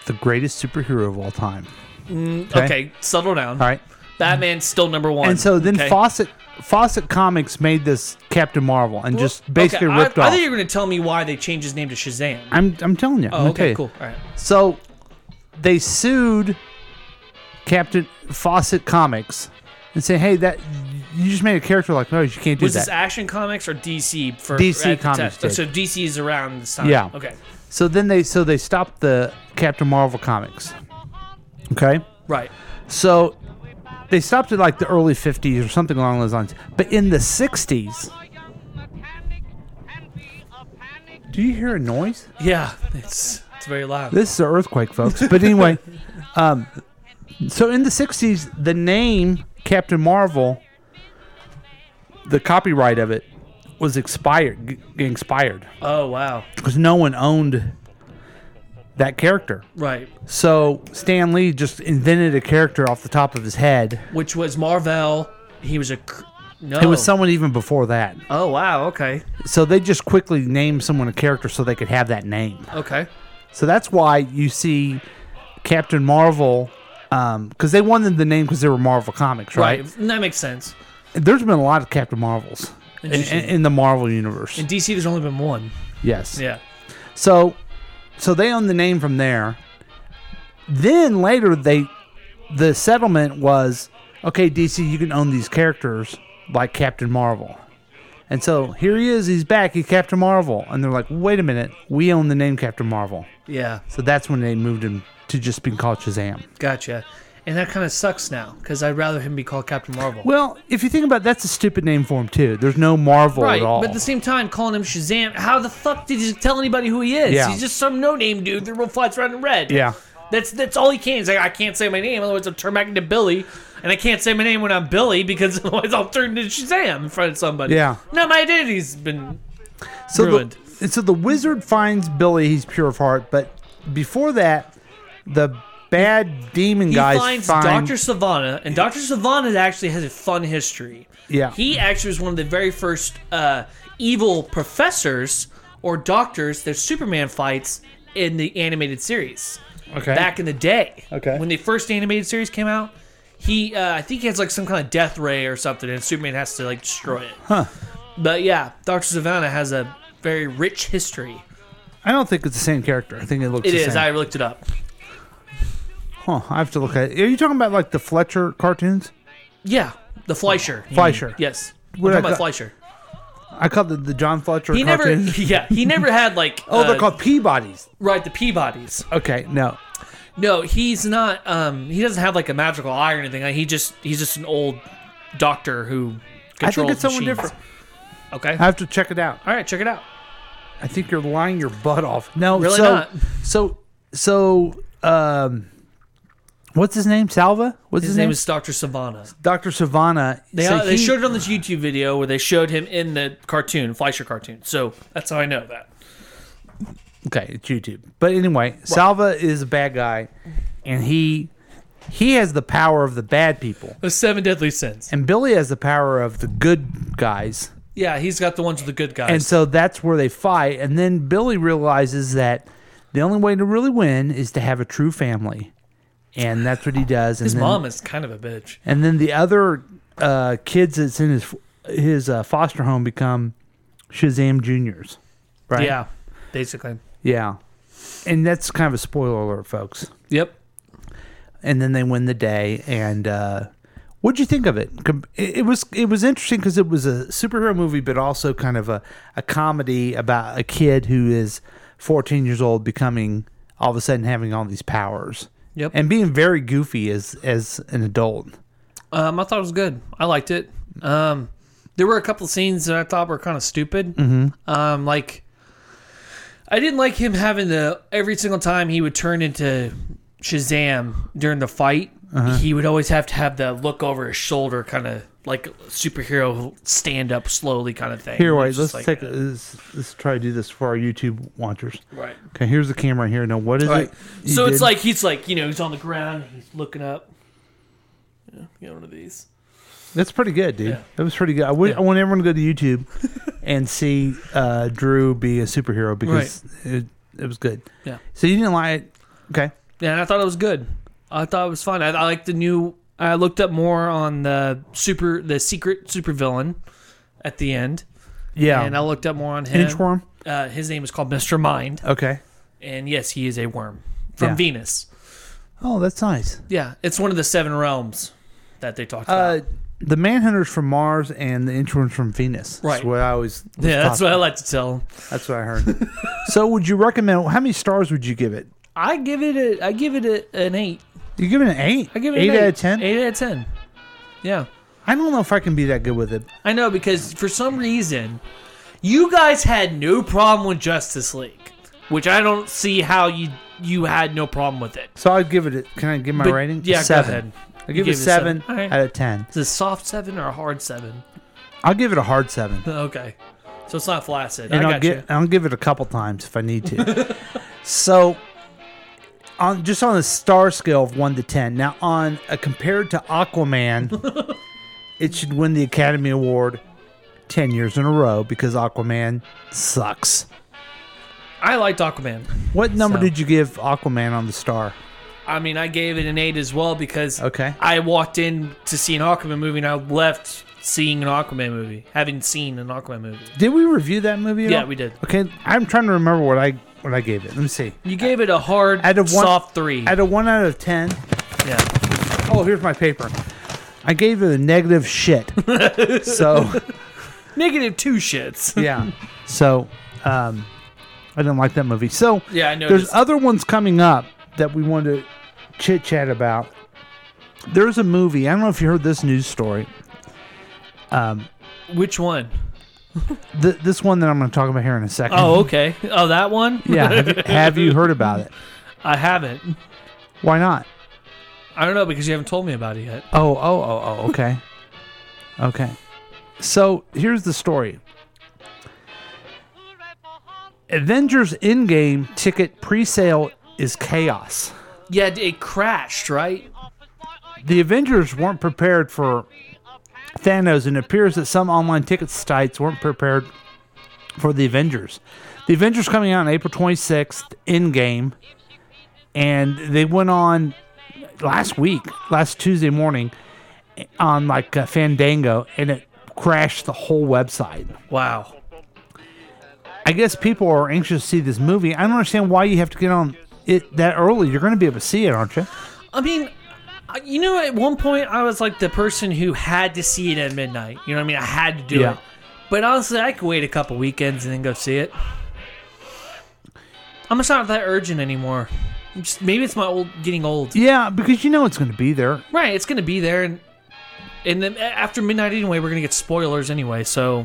S9: the greatest superhero of all time.
S10: Mm,
S9: Okay.
S10: okay. settle down.
S9: All right,
S10: Batman's still number one.
S9: and so then
S10: okay?
S9: Fawcett Fawcett Comics made this Captain Marvel and just basically
S10: Okay,
S9: ripped
S10: I,
S9: off.
S10: I think you're going to tell me why they changed his name to Shazam.
S9: I'm I'm telling you. I'm
S10: Oh,
S9: gonna
S10: okay,
S9: tell you.
S10: cool. All right.
S9: So they sued Captain Fawcett Comics and say, "Hey, that you just made a character like no, you can't do
S10: Was
S9: that."
S10: this Action Comics or DC for
S9: DC
S10: at the
S9: Comics
S10: time?
S9: did.
S10: So DC is around this time.
S9: Yeah.
S10: Okay.
S9: So then they so they stopped the Captain Marvel comics. Okay.
S10: Right.
S9: So they stopped at like the early 50s or something along those lines. But in the 60s Do you hear a noise?
S10: Yeah, it's it's very loud.
S9: This is an earthquake, folks. But anyway, um, so in the 60s, the name Captain Marvel, the copyright of it was expired, g- expired
S10: oh wow.
S9: because no one owned that character.
S10: Right.
S9: So Stan Lee just invented a character off the top of his head.
S10: Which was Marvel. He was a cr- no.
S9: It was someone even before that.
S10: Oh wow. Okay.
S9: So they just quickly named someone a character so they could have that name.
S10: Okay.
S9: So that's why you see Captain Marvel, because they wanted the name because they were Marvel comics, right?
S10: That makes sense.
S9: There's been a lot of Captain Marvels in, in,
S10: Interesting.
S9: in the Marvel universe.
S10: In DC, there's only been one.
S9: Yes.
S10: Yeah.
S9: So, so they own the name from there. Then later, they the settlement was okay. DC, you can own these characters like Captain Marvel. And so here he is. He's back. He's Captain Marvel. And they're like, wait a minute, we own the name Captain Marvel.
S10: Yeah.
S9: So that's when they moved him to just being called Shazam.
S10: Gotcha. And that kind of sucks now because I'd rather him be called Captain Marvel.
S9: Well, if you think about, it, that's a stupid name for him too. There's no Marvel
S10: right,
S9: at all.
S10: but at the same time, calling him Shazam, how the fuck did you tell anybody who he is?
S9: Yeah.
S10: He's just some no-name dude that flies around in red.
S9: yeah.
S10: That's that's all he can. He's like, I can't say my name, otherwise I'll turn back into Billy, and I can't say my name when I'm Billy because otherwise I'll turn into Shazam in front of somebody.
S9: Yeah.
S10: No, my identity's been
S9: So the-
S10: ruined.
S9: And so the wizard finds Billy. He's pure of heart. But before that, the bad demon
S10: He
S9: guys
S10: finds
S9: find
S10: Dr. Savannah, and Dr. Savannah actually has a fun history.
S9: Yeah.
S10: He actually was one of the very first uh, evil professors or doctors that Superman fights in the animated series.
S9: Okay.
S10: Back in the day.
S9: Okay.
S10: When the first animated series came out, he uh, I think he has like some kind of death ray or something, and Superman has to like destroy it.
S9: Huh.
S10: But yeah, Dr. Savannah has a very rich history.
S9: I don't think it's the same character. I think it looks.
S10: It
S9: the
S10: is.
S9: Same.
S10: I looked it up.
S9: Huh, I have to look at. it. Are you talking about like the Fletcher cartoons?
S10: Yeah, the Fleischer. you
S9: Fleischer.
S10: mean. Yes. I'm
S9: What
S10: talking
S9: I
S10: about
S9: got-
S10: Fleischer.
S9: I called it the John Fletcher
S10: He never.
S9: cartoons.
S10: Yeah, he never had like.
S9: oh, they're
S10: uh,
S9: called Peabodys.
S10: Right, the Peabodys.
S9: Okay, no.
S10: No, he's not. Um, he doesn't have like a magical eye or anything. Like, he just he's just an old doctor who. Controls
S9: I think it's someone
S10: machines.
S9: different.
S10: Okay.
S9: I have to check it out.
S10: All right, check it out.
S9: I think you're lying your butt off. No,
S10: Really
S9: so,
S10: not.
S9: So, so, um, what's his name? Salva. What's
S10: His,
S9: his,
S10: name, is Doctor Savannah.
S9: Doctor Savannah.
S10: They,
S9: So
S10: they
S9: he-
S10: showed it on this YouTube video where they showed him in the cartoon, Fleischer cartoon. So that's how I know that.
S9: Okay, it's YouTube. But anyway, Salva is a bad guy, and he he has the power of the bad people.
S10: The seven deadly sins.
S9: And Billy has the power of the good guys.
S10: Yeah, he's got the ones with the good guys.
S9: And so that's where they fight. And then Billy realizes that the only way to really win is to have a true family. And that's what he does.
S10: his
S9: and then,
S10: mom is kind of a bitch.
S9: And then the other uh, kids that's in his his uh, foster home become Shazam Juniors. Right?
S10: Yeah, basically.
S9: Yeah. And that's kind of a spoiler alert, folks.
S10: Yep.
S9: And then they win the day. And uh, what'd you think of it? Com- It it was it was interesting because it was a superhero movie, but also kind of a, a comedy about a kid who is 14 years old becoming all of a sudden having all these powers.
S10: Yep.
S9: And being very goofy as as an adult.
S10: Um, I thought it was good. I liked it. Um, there were a couple of scenes that I thought were kind of stupid.
S9: Mhm.
S10: Um, like I didn't like him having the every single time he would turn into Shazam during the fight.
S9: Uh-huh.
S10: He would always have to have the look over his shoulder, kind of like superhero stand up slowly kind of thing.
S9: Here,
S10: It's
S9: wait. Let's
S10: just like-
S9: take. Let's, let's try to do this for our YouTube watchers.
S10: Right.
S9: Okay. Here's the camera here. Now, what is
S10: All right.
S9: it? you
S10: So it's
S9: did?
S10: like he's like you know he's on the ground, he's looking up. Yeah, get one of these.
S9: that's pretty good, dude. That was pretty good. I, would, I want everyone to go to YouTube and see uh, Drew be a superhero because it, it was good.
S10: Yeah.
S9: So you didn't like it? Okay.
S10: Yeah, and I thought it was good. I thought it was fun. I, I like the new. I looked up more on the super, the secret supervillain at the end.
S9: Yeah.
S10: and I looked up more on him.
S9: Inchworm?
S10: Uh, his name is called Mister Mind.
S9: Okay.
S10: And yes, he is a worm from
S9: Yeah.
S10: Venus.
S9: Oh, that's nice.
S10: Yeah, it's one of the seven realms that they talked about.
S9: Uh, the Manhunters from Mars and the Inchworms from Venus. That's
S10: Right.
S9: what I always. was
S10: yeah, that's
S9: taught.
S10: what I like to tell. 'em.
S9: That's what I heard. so, would you recommend? How many stars would you give it?
S10: I give it a. I give it a, an eight.
S9: You give it an eight?
S10: I give it
S9: eight
S10: an
S9: out of ten.
S10: Eight out of ten. Yeah.
S9: I don't know if I can be that good with it.
S10: I know because for some reason, you guys had no problem with Justice League, which I don't see how you you had no problem with it.
S9: So I'd give it. A, can I give my
S10: But-
S9: rating?
S10: yeah, go
S9: seven.
S10: ahead.
S9: I give it
S10: You
S9: a
S10: gave it a
S9: seven,
S10: seven. All right.
S9: out of ten.
S10: Is it a soft seven or a hard seven?
S9: I'll give it a hard seven,
S10: Okay, so it's not flaccid.
S9: and
S10: I
S9: I'll
S10: got
S9: get.
S10: you.
S9: I'll give it a couple times if I need to. so, on just on a star scale of one to ten. Now, on a compared to Aquaman, it should win the Academy Award ten years in a row because Aquaman sucks.
S10: I liked Aquaman.
S9: What number
S10: So-
S9: did you give Aquaman on the star?
S10: I mean, I gave it an eight as well because
S9: Okay.
S10: I walked in to see an Aquaman movie and I left seeing an Aquaman movie, having seen an Aquaman movie.
S9: Did we review that movie? at
S10: Yeah,
S9: all?
S10: we did.
S9: Okay, I'm trying to remember what I what I gave it. Let me see.
S10: You gave it a hard,
S9: Out of one,
S10: soft three.
S9: Out of one out of ten.
S10: Yeah.
S9: Oh, here's my paper. I gave it a negative shit. so
S10: Negative two shits.
S9: yeah. So um, I didn't like that movie. So
S10: Yeah, I
S9: there's
S10: noticed.
S9: other ones coming up that we want to chit chat about. There's a movie. I don't know if you heard this news story. Um,
S10: Which one?
S9: th- this one that I'm going to talk about here in a second.
S10: Oh, okay. Oh, that one?
S9: yeah. Have you, have you heard about it?
S10: I haven't.
S9: Why not?
S10: I don't know because you haven't told me about it yet.
S9: Oh, oh, oh, oh, okay. okay. So here's the story Avengers Endgame ticket pre-sale is chaos.
S10: Yeah, it crashed, right?
S9: The Avengers weren't prepared for Thanos, and it appears that some online ticket sites weren't prepared for the Avengers. The Avengers coming out on April 26th, Endgame, and they went on last week, last Tuesday morning, on like uh, Fandango, and it crashed the whole website.
S10: Wow.
S9: I guess people are anxious to see this movie. I don't understand why you have to get on it that early. You're going to be able to see it, aren't you?
S10: I mean, I- you know, at one point I was like the person who had to see it at midnight. You know what I mean? I had to do
S9: Yeah.
S10: it. But honestly, I could wait a couple weekends and then go see it. I'm just not that urgent anymore. I'm just- maybe it's my old getting old.
S9: Yeah, because you know it's going to be there.
S10: Right, it's gonna be there, and and then a- after midnight anyway, we're gonna get spoilers anyway. So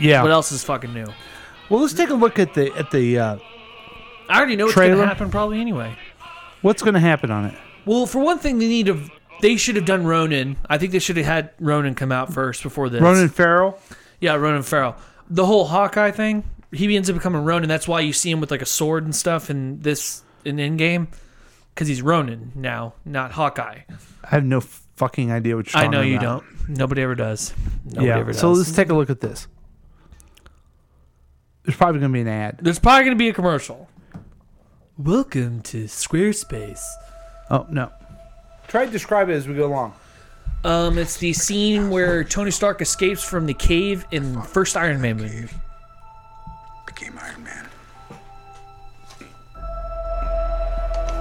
S9: Yeah.
S10: what else is fucking new?
S9: Well, let's take a look at the at the uh,
S10: I already know what's
S9: Trailer?
S10: gonna happen probably anyway.
S9: what's going to happen on it.
S10: Well, for one thing, they need to. They should have done Ronan. I think they should have had Ronan come out first before this.
S9: Ronan Farrell.
S10: Yeah, Ronan Farrell. The whole Hawkeye thing, he ends up becoming Ronan. That's why you see him with like a sword and stuff in this in Endgame, because he's Ronan now, not Hawkeye.
S9: I have no fucking idea what you're
S10: I
S9: talking
S10: know you
S9: about.
S10: don't. Nobody ever does. Nobody
S9: yeah.
S10: ever does.
S9: So let's take a look at this. There's probably going to be an ad.
S10: There's probably going to be a commercial. Welcome to Squarespace.
S9: Oh no. Try to describe it as we go along.
S10: Um, it's the scene where Tony Stark escapes from the cave in the first Iron Man movie.
S16: Became Iron Man.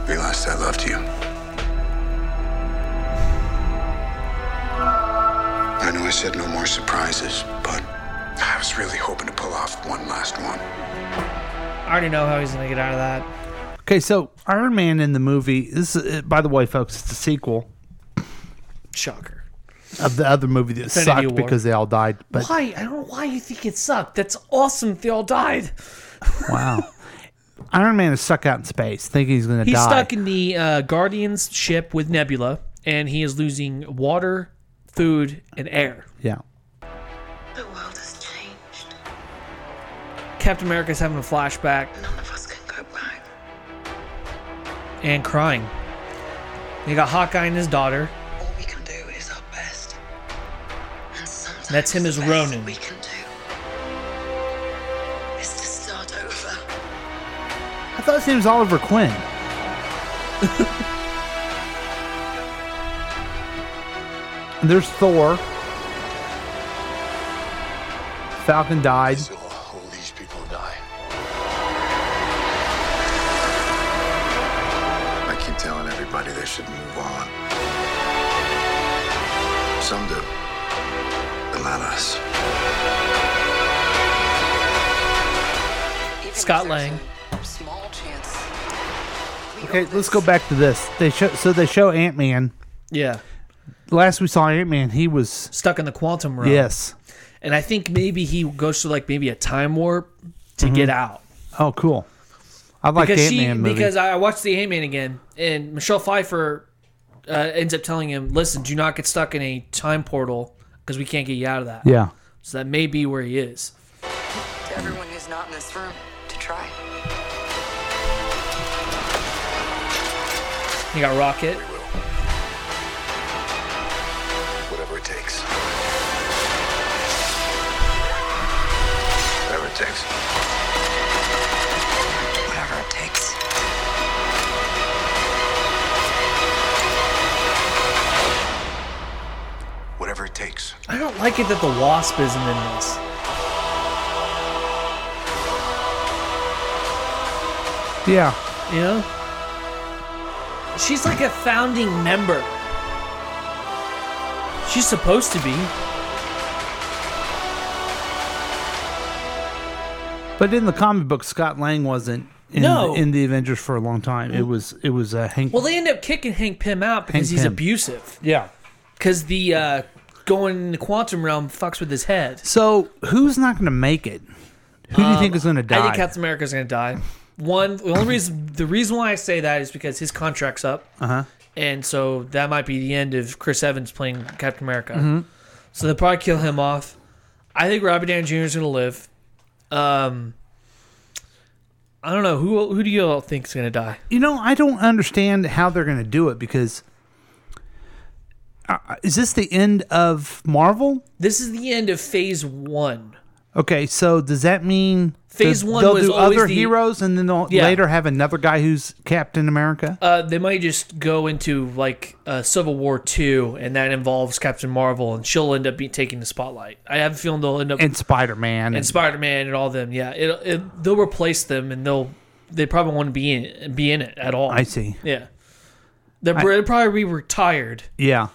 S16: Realized I loved you. I know I said no more surprises, but I was really hoping to pull off one last one.
S10: I already know how he's going to get out of that.
S9: Okay, so Iron Man in the movie. This, is, uh, by the way, folks, it's a sequel
S10: Shocker.
S9: of the other movie that
S10: Infinity
S9: sucked
S10: War.
S9: because they all died. But
S10: why? I don't know why you think it sucked. That's awesome. They all died.
S9: wow, Iron Man is stuck out in space, thinking he's going to
S10: He's
S9: die.
S10: stuck in the uh, Guardians ship with Nebula, and he is losing water, food, and air.
S9: Yeah.
S17: The world has changed.
S10: Captain America's having a flashback
S17: None of us can go back.
S10: and crying. They got Hawkeye and his daughter.
S17: All we can do is our best. And sometimes
S10: That's him as
S17: the best
S10: Ronan.
S17: we can do is to start over.
S9: I thought his name was Oliver Quinn. And there's Thor. Falcon died.
S16: All these people die. I keep telling everybody they should move on. Some do, but not us.
S10: Scott Lang.
S17: Small chance.
S9: Okay, let's go back to this. They show so they show Ant Man.
S10: Yeah.
S9: Last we saw Ant Man, he was stuck
S10: in the quantum realm.
S9: Yes.
S10: And I think maybe he goes to like maybe a time warp to
S9: Mhm.
S10: get out.
S9: Oh, cool. I like
S10: because
S9: Ant
S10: she
S9: Man movie.
S10: because I I watched the Ant Man again, and Michelle Pfeiffer uh, ends up telling him, "Listen, do not get stuck in a time portal because we can't get you out of that."
S9: Yeah.
S10: So that may be where he is.
S17: To everyone who's not in this room, to try.
S10: He got Rocket.
S16: Whatever it takes. Whatever it takes.
S17: Whatever it takes.
S16: Whatever it takes.
S10: I don't like it that the Wasp isn't in this.
S9: yeah.
S10: You know, she's like a founding member. She's supposed to be.
S9: But in the comic book, Scott Lang wasn't in,
S10: No.
S9: in the Avengers for a long time. It was it was uh, Hank.
S10: Well, they end up kicking Hank Pym out because
S9: Hank
S10: he's
S9: Pym.
S10: abusive.
S9: Yeah.
S10: Because the uh, going in the quantum realm fucks with his head.
S9: so who's not going to make it? Who do you
S10: Um,
S9: think is going to die?
S10: I think Captain America's going to die. One, the only reason, the reason why I say that is because his contract's up,
S9: uh-huh.
S10: and so that might be the end of Chris Evans playing Captain America.
S9: Mhm.
S10: So they'll probably kill him off. I think Robert Downey Jr. is going to live. Um, I don't know who who do you all think's gonna die?
S9: You know, I don't understand how they're going to do it because uh, is this the end of Marvel?
S10: This is the end of Phase One.
S9: Okay, so does that mean
S10: Phase
S9: that
S10: one
S9: they'll
S10: was
S9: do
S10: always
S9: other
S10: the-
S9: heroes and then they'll
S10: Yeah.
S9: later have another guy who's Captain America?
S10: Uh, they might just go into like uh, Civil War Two, and that involves Captain Marvel, and she'll end up be taking the spotlight. I have a feeling they'll end up
S9: and Spider Man.
S10: and, Spider Man and all them. Yeah, it, it, they'll replace them, and they'll they probably won't be in be in it at all.
S9: I see.
S10: Yeah, they're,
S9: I-
S10: they'll probably be retired.
S9: Yeah.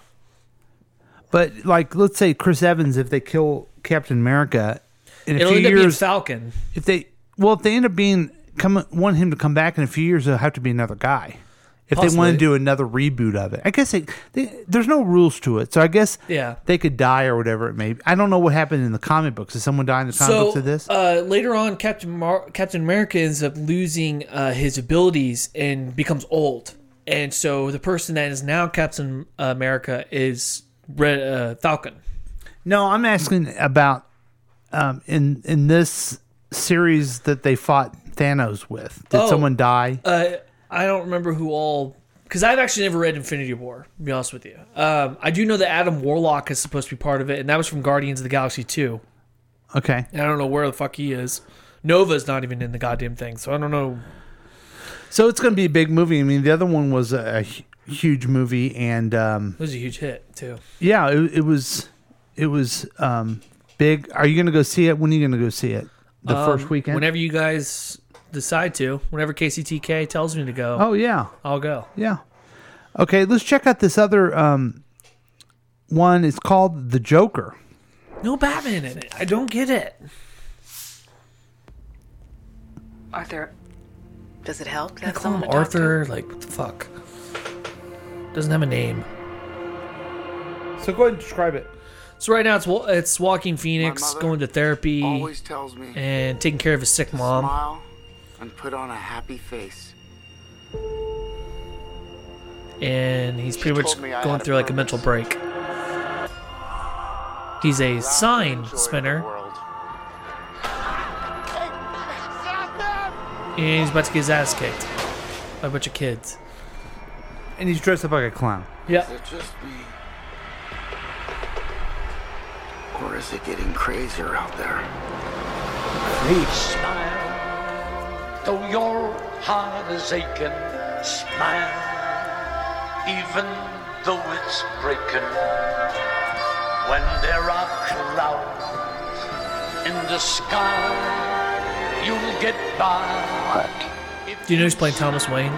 S9: But like, let's say Chris Evans, if they kill Captain America, in a
S10: It'll
S9: few
S10: end up being
S9: years,
S10: Falcon.
S9: If they well, if they end up being come want him to come back in a few years, it'll have to be another guy. If they want
S10: Possibly.
S9: to do another reboot of it, I guess they, they, there's no rules to it, so I guess
S10: Yeah.
S9: they could die or whatever it may. be. I don't know what happened in the comic books. Did someone die in the comic
S10: So
S9: books of this?
S10: Uh, later on, Captain Mar- Captain America ends up losing uh, his abilities and becomes old, and so the person that is now Captain America is Red uh, Falcon.
S9: No, I'm asking about um, in in this series that they fought Thanos with. Did
S10: Oh.
S9: someone die?
S10: Uh, I don't remember who all because I've actually never read Infinity War. To be honest with you, um, I do know that Adam Warlock is supposed to be part of it, and that was from Guardians of the Galaxy two.
S9: Okay.
S10: And I don't know where the fuck he is. Nova's not even in the goddamn thing, so I don't know.
S9: So it's going to be a big movie. I mean, the other one was a, a hu- huge movie, and um,
S10: It was a huge hit too.
S9: yeah, it, it was it was um, big. Are you going to go see it? When are you going to go see it? The first
S10: Um,
S9: weekend.
S10: Whenever you guys decide to, whenever KCTK tells me to go.
S9: Oh yeah,
S10: I'll go.
S9: yeah. Okay, let's check out this other um, one. It's called The Joker.
S10: No Batman in it. I don't get it.
S14: Arthur, does it help?
S10: I call him Arthur. Like what the fuck? Doesn't have a name.
S9: So go ahead and describe it.
S10: So right now it's wa- it's walking Phoenix, going to therapy,
S18: always tells me
S10: and taking care of his sick mom.
S18: Smile and put on a happy face.
S10: and he's pretty much
S18: told me I
S10: going
S18: had a
S10: through like a mental break. He's a sign spinner. And he's about to get his ass kicked by a bunch of kids.
S9: And he's dressed up like a clown.
S10: Yeah.
S18: Is it just me? Or is it getting crazier out there?
S19: Please smile, though your heart is aching. Smile, even though it's breaking. When there are clouds in the sky, you'll get by.
S10: Do you know who's playing Thomas Wayne?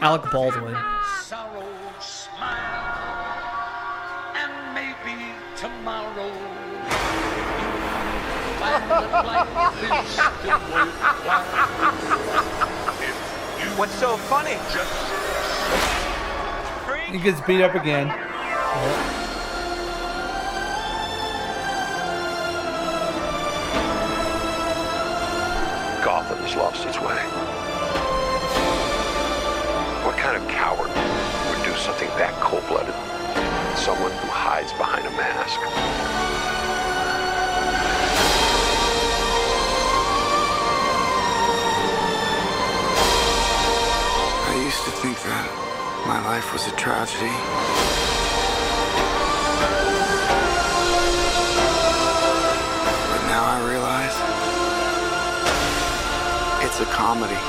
S10: Alec Baldwin.
S19: Sorrow, smile, and maybe tomorrow you'll find that life is still worthwhile. What's so funny?
S9: He gets beat up again.
S20: Gotham has lost its way. What kind of coward would do something that cold blooded? Someone who hides behind a mask.
S18: I used to think that my life was a tragedy. But now I realize it's a comedy.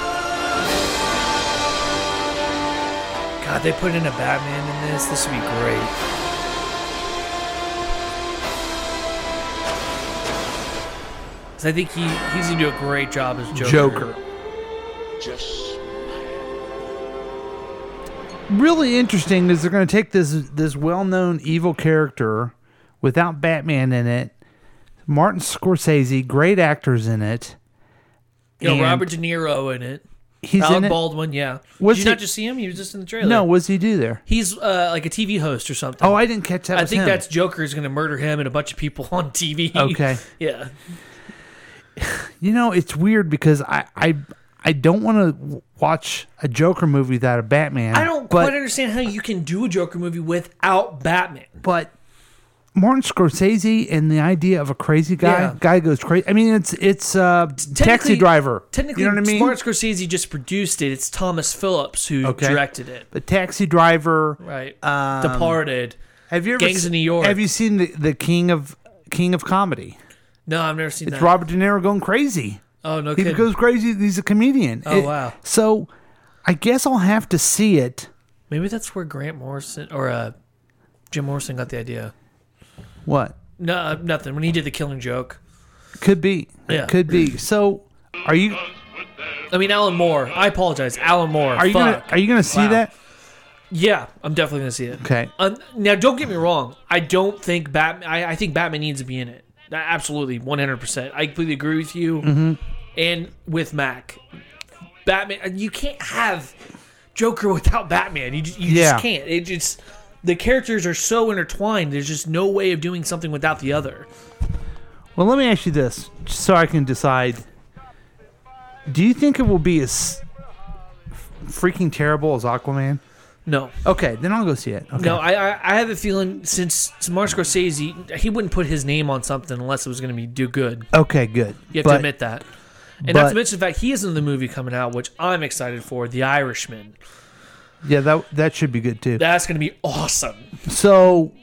S10: God, they put in a Batman in this. This would be great. So I think he, he's gonna do a great job as Joker.
S9: Joker.
S19: Just
S9: really interesting is they're going to take this this well-known evil character without Batman in it. Martin Scorsese, great actors in it.
S10: You know,
S9: And-
S10: Robert De Niro in it.
S9: He's
S10: Alec
S9: in it?
S10: Baldwin, yeah.
S9: Was
S10: Did you
S9: he-
S10: not just see him? He was just in the trailer.
S9: No, what does he do there?
S10: He's uh, like a TV host or something.
S9: Oh, I didn't catch that.
S10: I
S9: was
S10: think
S9: him.
S10: that's Joker is going to murder him and a bunch of people on TV.
S9: Okay.
S10: yeah.
S9: you know it's weird because I I I don't want to watch a Joker movie without a Batman.
S10: I don't
S9: but
S10: quite understand how you can do a Joker movie without Batman.
S9: But Martin Scorsese and the idea of a crazy guy.
S10: Yeah.
S9: Guy goes crazy. I mean, it's it's uh, taxi
S10: Technically-
S9: driver.
S10: Technically,
S9: you know what I mean?
S10: Martin Scorsese just produced it. It's Thomas Phillips who
S9: Okay.
S10: directed it.
S9: But taxi driver.
S10: Right.
S9: Um,
S10: Departed.
S9: Have you ever
S10: Gangs
S9: se-
S10: of New York?
S9: Have you seen the, the King of King of Comedy?
S10: no, I've never seen
S9: It's
S10: that.
S9: Robert De Niro going crazy.
S10: Oh no,
S9: he
S10: kidding.
S9: goes crazy. He's a comedian.
S10: Oh, wow.
S9: So I guess I'll have to see it.
S10: Maybe that's where Grant Morrison or uh, Jim Morrison got the idea.
S9: What
S10: No, uh, nothing. When he did the Killing Joke.
S9: could be?
S10: Yeah.
S9: could be. So are you
S10: I mean, Alan Moore. I apologize, Alan Moore.
S9: are you gonna
S10: Fuck.
S9: are you gonna see
S10: Wow.
S9: that?
S10: Yeah, I'm definitely gonna see it.
S9: Okay.
S10: Um, now, don't get me wrong. I don't think Batman. I, I think Batman needs to be in it. I- Absolutely, 100. percent I completely agree with you.
S9: Mhm.
S10: And with Mac, Batman. uh, You can't have Joker without Batman. You, ju- you
S9: Yeah.
S10: just can't. It just the characters are so intertwined. There's just no way of doing something without the other.
S9: Well, let me ask you this, just so I can decide. Do you think it will be as freaking terrible as Aquaman?
S10: No.
S9: Okay, then I'll go see it. Okay.
S10: No, I, I I have a feeling since Martin Scorsese, he wouldn't put his name on something unless it was going to be do good.
S9: Okay, good.
S10: You have
S9: But-
S10: to admit that. And not
S9: but-
S10: to mention the fact he is in the movie coming out, which I'm excited for, The Irishman.
S9: Yeah, that that should be good too.
S10: That's going to be awesome.
S9: So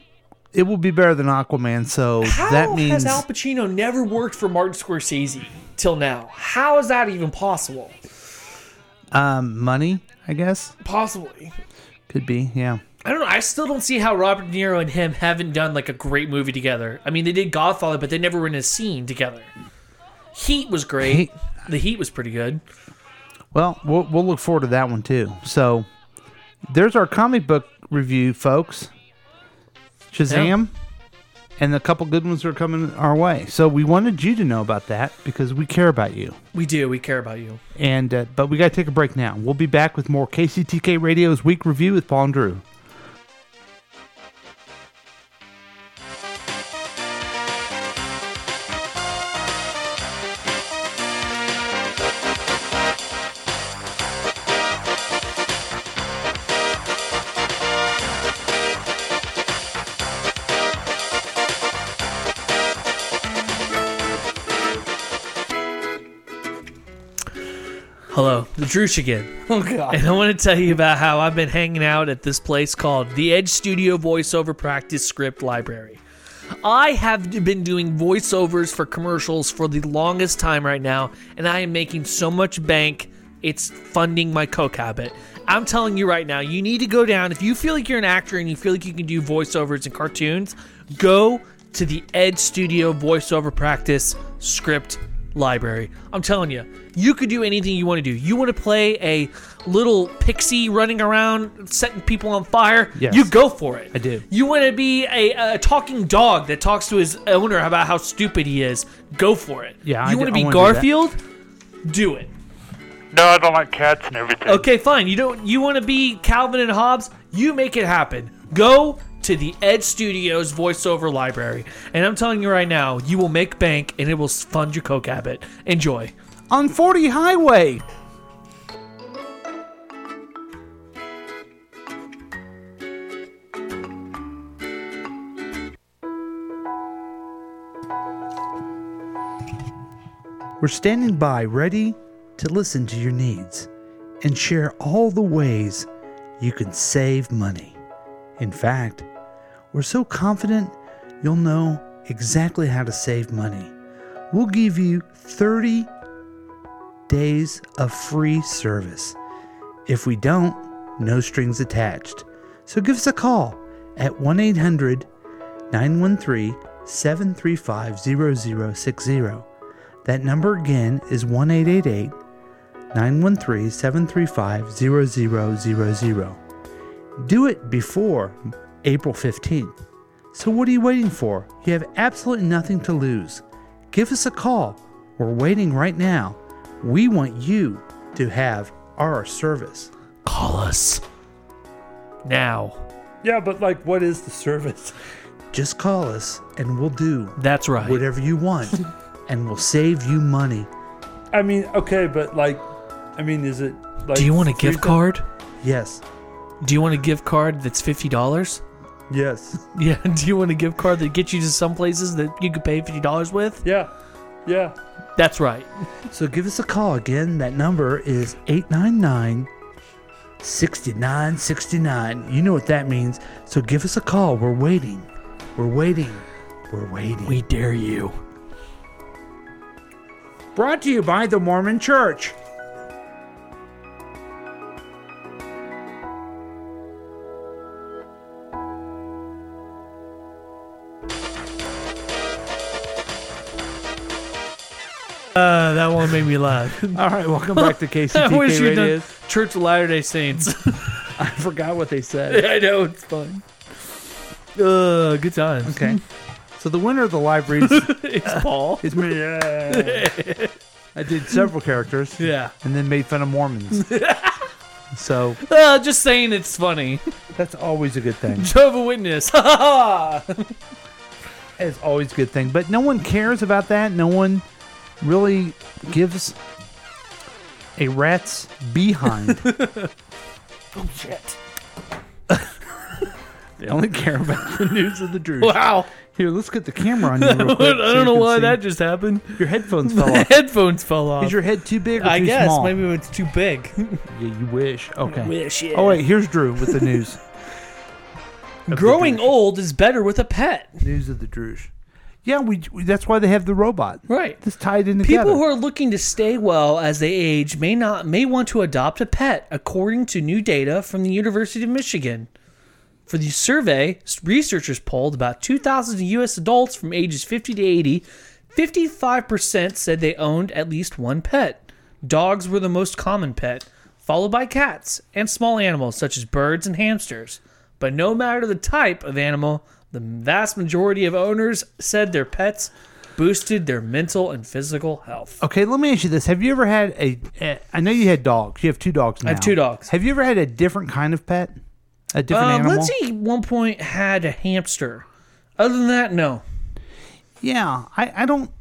S9: it will be better than Aquaman. So
S10: How
S9: that means
S10: has Al Pacino never worked for Martin Scorsese till now? How is that even possible?
S9: um, money, I guess,
S10: Possibly.
S9: could be. Yeah.
S10: I don't know. I still don't see how Robert De Niro and him haven't done like a great movie together. I mean, they did Godfather, but they never were in a scene together. Heat was great.
S9: Heat-
S10: The Heat was pretty good.
S9: Well, we'll we'll look forward to that one too. So there's our comic book review, folks. Shazam. And a couple good ones are coming our way, so we wanted you to know about that because we care about you.
S10: We do. We care about you.
S9: And uh, but we got to take a break now. We'll be back with more KCTK Radio's week review with Paul and Drew.
S10: Hello, the Drush again.
S9: Oh, God.
S10: And I want to tell you about how I've been hanging out at this place called the Edge Studio Voiceover Practice Script Library. I have been doing voiceovers for commercials for the longest time right now, and I am making so much bank, it's funding my coke habit. I'm telling you right now, you need to go down. If you feel like you're an actor and you feel like you can do voiceovers and cartoons, go to the Edge Studio Voiceover Practice Script library. I'm telling you, you could do anything you want to do. You want to play a little pixie running around setting people on fire?
S9: Yes.
S10: You go for it.
S9: I do.
S10: You want to be a, a talking dog that talks to his owner about how stupid he is? Go for it.
S9: Yeah, I
S10: You
S9: do-
S10: want
S9: I
S10: to be
S9: wanna do that.
S10: Garfield? Do it.
S11: No, I don't like cats and everything.
S10: Okay, fine. You don't. You want to be Calvin and Hobbes? You make it happen. Go to the Ed Studios voiceover library, and I'm telling you right now, you will make bank, and it will fund your coke habit. Enjoy.
S9: On 40 Highway. We're standing by, ready to listen to your needs and share all the ways you can save money. In fact, we're so confident you'll know exactly how to save money. We'll give you 30 days of free service. If we don't, no strings attached. So give us a call at 1 800 913 735 0060. That number again is 1 888 913 735 0000. Do it before April 15th. So, what are you waiting for? You have absolutely nothing to lose. Give us a call. We're waiting right now. We want you to have our service.
S10: Call us now.
S9: Yeah, but like, what is the service? Just call us and we'll do.
S10: That's right.
S9: Whatever you want, and we'll save you money.
S21: I mean, okay, but like, I mean, is it like?
S10: Do you want a
S21: free
S10: gift
S21: to-
S10: card?
S9: Yes.
S10: Do you want a gift card that's fifty dollars?
S21: Yes.
S10: Yeah. Do you want a gift card that gets you to some places that you could pay fifty dollars with?
S21: Yeah. Yeah.
S10: That's right.
S9: So give us a call again. That number is 899 6969. You know what that means. So give us a call. We're waiting. We're waiting. We're waiting.
S10: We dare you.
S9: Brought to you by the Mormon Church.
S10: Uh, that one made me laugh.
S9: All right, welcome back to KCTK
S10: I wish you'd done
S9: Radios.
S10: Church of Latter Day Saints.
S9: I forgot what they said.
S10: I know it's fun. Uh, good times.
S9: Okay. So the winner of the live reads is
S10: it's Paul.
S9: me. Yeah. I did several characters.
S10: Yeah.
S9: And then made fun of Mormons. so
S10: Uh, just saying, it's funny.
S9: that's always a good thing.
S10: Jehovah Witness. Ha ha ha.
S9: It's always a good thing. But no one cares about that. No one really gives a rat's behind.
S10: Oh shit.
S9: they only care about the news of the Druze.
S10: Wow.
S9: Here, let's get the camera on you real quick.
S10: I
S9: so you
S10: don't know
S9: can
S10: why
S9: see.
S10: that just happened.
S9: Your headphones fell
S10: My
S9: off.
S10: headphones fell off.
S9: Is your head too big or
S10: I
S9: too
S10: guess
S9: small?
S10: maybe it's too big.
S9: Yeah, you wish. Okay.
S10: Wish, yeah.
S9: Oh wait, here's Drew with the news. the
S10: Growing
S9: douche.
S10: old is better with a pet.
S9: news of the Druze. Yeah, we, we. That's why they have the robot.
S10: Right.
S9: This tied in together.
S10: People who are looking to stay well as they age may not may want to adopt a pet, according to new data from the University of Michigan. For the survey, researchers polled about 2,000 U.S. adults from ages 50 to 80. 55% said they owned at least one pet. Dogs were the most common pet, followed by cats and small animals such as birds and hamsters. But no matter the type of animal, the vast majority of owners said their pets boosted their mental and physical health.
S9: Okay, let me ask you this: Have you ever had a? a- I know you had dogs. You have two dogs now.
S10: I have two dogs.
S9: Have you ever had a different kind of pet? A different
S10: Um,
S9: animal.
S10: Lindsay at one point had a hamster. Other than that, no.
S9: Yeah, I, I don't.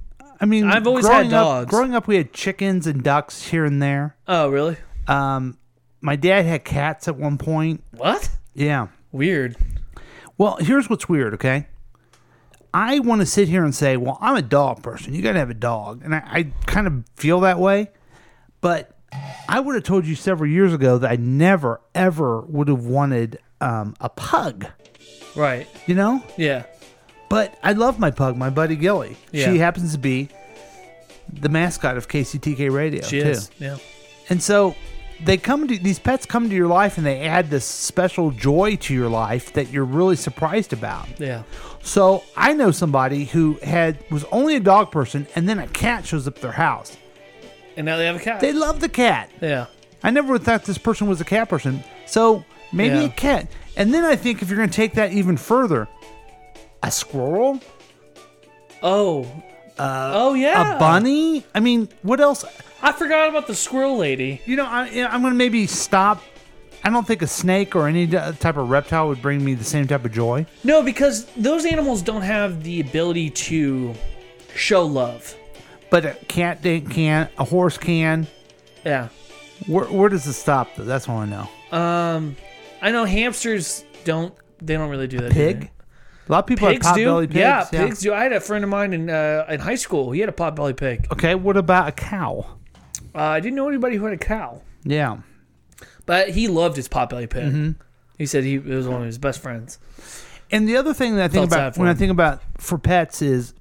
S9: I mean,
S10: I've always
S9: growing
S10: had
S9: up-
S10: dogs.
S9: growing up, we had chickens and ducks here and there.
S10: Oh, really?
S9: Um, my dad had cats at one point.
S10: What?
S9: Yeah.
S10: Weird.
S9: Well, here's what's weird. Okay. I want to sit here and say, well, I'm a dog person. You got to have a dog, and I, I kind of feel that way. But I would have told you several years ago that I never, ever would have wanted um, a pug.
S10: Right.
S9: You know.
S10: Yeah.
S9: But I love my pug, my buddy Gilly.
S10: Yeah.
S9: She happens to be the mascot of KCTK Radio
S10: She
S9: too.
S10: is. Yeah.
S9: And so they come to these pets come to your life and they add this special joy to your life that you're really surprised about.
S10: Yeah.
S9: So I know somebody who had was only a dog person and then a cat shows up at their house.
S10: And now they have a cat.
S9: They love the cat.
S10: yeah.
S9: I never would thought this person was a cat person. So maybe
S10: Yeah.
S9: a cat. And then I think if you're going to take that even further, a squirrel,
S10: Oh. oh yeah.
S9: Uh, a bunny. I mean, what else?
S10: I forgot about the squirrel lady.
S9: You know, I, I'm going to maybe stop. I don't think a snake or any d- type of reptile would bring me the same type of joy.
S10: No, because those animals don't have the ability to show love.
S9: But a cat da- can, a horse can.
S10: Yeah.
S9: Where, where does it stop? Though? That's what I know.
S10: Um, I know hamsters don't. They don't really do that.
S9: Pig?
S10: either.
S9: A lot of people
S10: Pigs
S9: have pot
S10: do.
S9: belly pigs.
S10: yeah, pigs do. I had a friend of mine in uh, in high school. He had a potbelly pig.
S9: Okay, what about a cow?
S10: Uh, I didn't know anybody who had a cow,
S9: Yeah.
S10: but he loved his potbelly pig.
S9: Mm-hmm.
S10: He said he it was one of his best friends.
S9: And the other thing that I think
S10: Felt sad
S9: about
S10: for
S9: when I
S10: him.
S9: think about for pets is,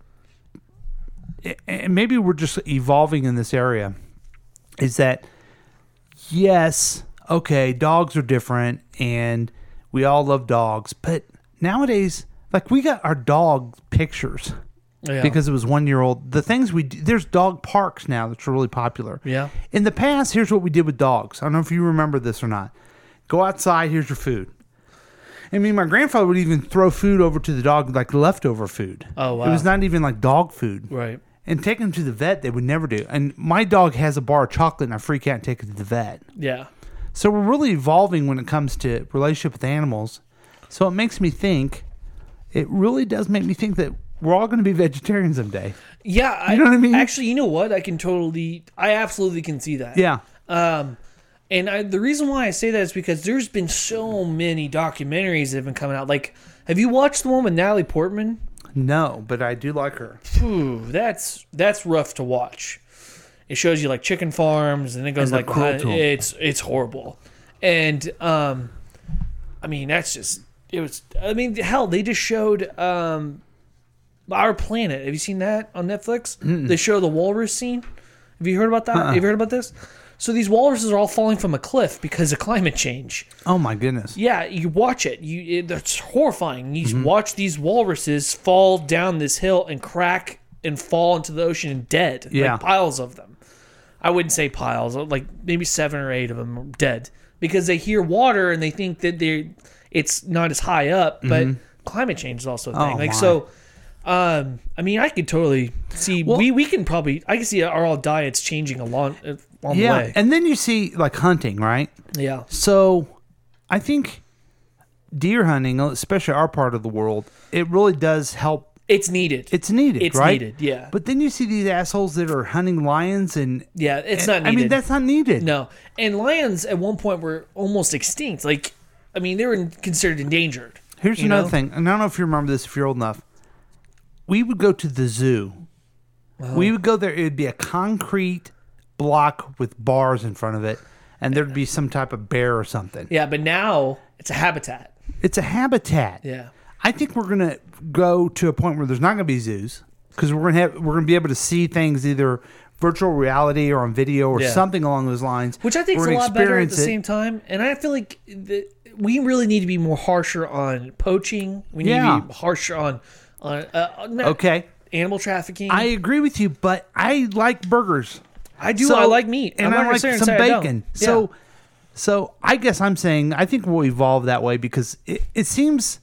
S9: and maybe we're just evolving in this area, is that yes, okay, dogs are different, and we all love dogs, but nowadays, like we got our dog pictures
S10: Yeah.
S9: because it was one year old. The things we do, there's dog parks now that's really popular.
S10: Yeah.
S9: In the past, here's what we did with dogs. I don't know if you remember this or not. Go outside. Here's your food. I mean, my grandfather would even throw food over to the dog, like leftover food.
S10: Oh, wow.
S9: It was not even like dog food.
S10: Right.
S9: And take them to the vet, they would never do. And my dog has a bar of chocolate, and I freak out and take it to the vet.
S10: Yeah.
S9: So we're really evolving when it comes to relationship with animals. So it makes me think. It really does make me think that we're all going to be vegetarians someday.
S10: Yeah.
S9: You know what I mean?
S10: Actually, you know what? I can totally. I absolutely can see that.
S9: Yeah.
S10: Um, and I, the reason why I say that is because there's been so many documentaries that have been coming out. Like Have you watched the one with Natalie Portman?
S9: No, but I do like her.
S10: Ooh, that's that's rough to watch. It shows you like chicken farms, and it
S9: And
S10: goes
S9: the
S10: like behind-
S9: cruelty.
S10: it's it's horrible. And um, I mean that's just it was. I mean hell, they just showed um, our planet. Have you seen that on Netflix?
S9: Mm-mm.
S10: They show the walrus scene. Have you heard about that?
S9: Uh-uh.
S10: Have you heard about this? So these walruses are all falling from a cliff because of climate change.
S9: Oh my goodness.
S10: Yeah, you watch it. You it, it's horrifying.
S9: Mm-hmm.
S10: You watch these walruses fall down this hill and crack and fall into the ocean dead.
S9: Yeah.
S10: like piles of them. I wouldn't say piles. Like maybe seven or eight of them are dead because they hear water and they think that they it's not as high up. But
S9: Mhm.
S10: climate change is also a thing.
S9: Oh,
S10: like
S9: my.
S10: so. Um, I mean, I could totally see we we can probably I can see our all diets changing along uh, along
S9: yeah,
S10: the way.
S9: and then you see like hunting, right?
S10: Yeah.
S9: So, I think deer hunting, especially our part of the world, it really does help.
S10: It's needed.
S9: It's needed.
S10: It's
S9: right?
S10: needed, yeah.
S9: But then you see these assholes that are hunting lions, and
S10: Yeah, it's
S9: and-
S10: not needed.
S9: I mean, that's not needed.
S10: No. And lions at one point were almost extinct. Like, I mean, they were in- considered endangered.
S9: Here's
S10: you
S9: another
S10: know?
S9: thing, and I don't know if you remember this if you're old enough. We would go to the zoo. We would go there. It would be a concrete block with bars in front of it, and there'd be some type of bear or something.
S10: Yeah, but now it's a habitat.
S9: It's a habitat.
S10: Yeah.
S9: I think we're gonna go to a point where there's not gonna be zoos because we're gonna have we're gonna be able to see things either virtual reality or on video or
S10: Yeah.
S9: something along those lines.
S10: Which I think
S9: We're
S10: is a
S9: gonna
S10: lot better at
S9: experience
S10: the
S9: it.
S10: same time. And I feel like the, we really need to be more harsher on poaching. We need
S9: Yeah.
S10: to be harsher on, on uh, not-
S9: Okay.
S10: animal trafficking.
S9: I agree with you, but I like burgers.
S10: I do. I like meat. I'm
S9: and
S10: not
S9: I
S10: gonna
S9: like
S10: sit here and
S9: some
S10: say I don't.
S9: bacon. So, so I guess I'm saying I think we'll evolve that way because it, it seems.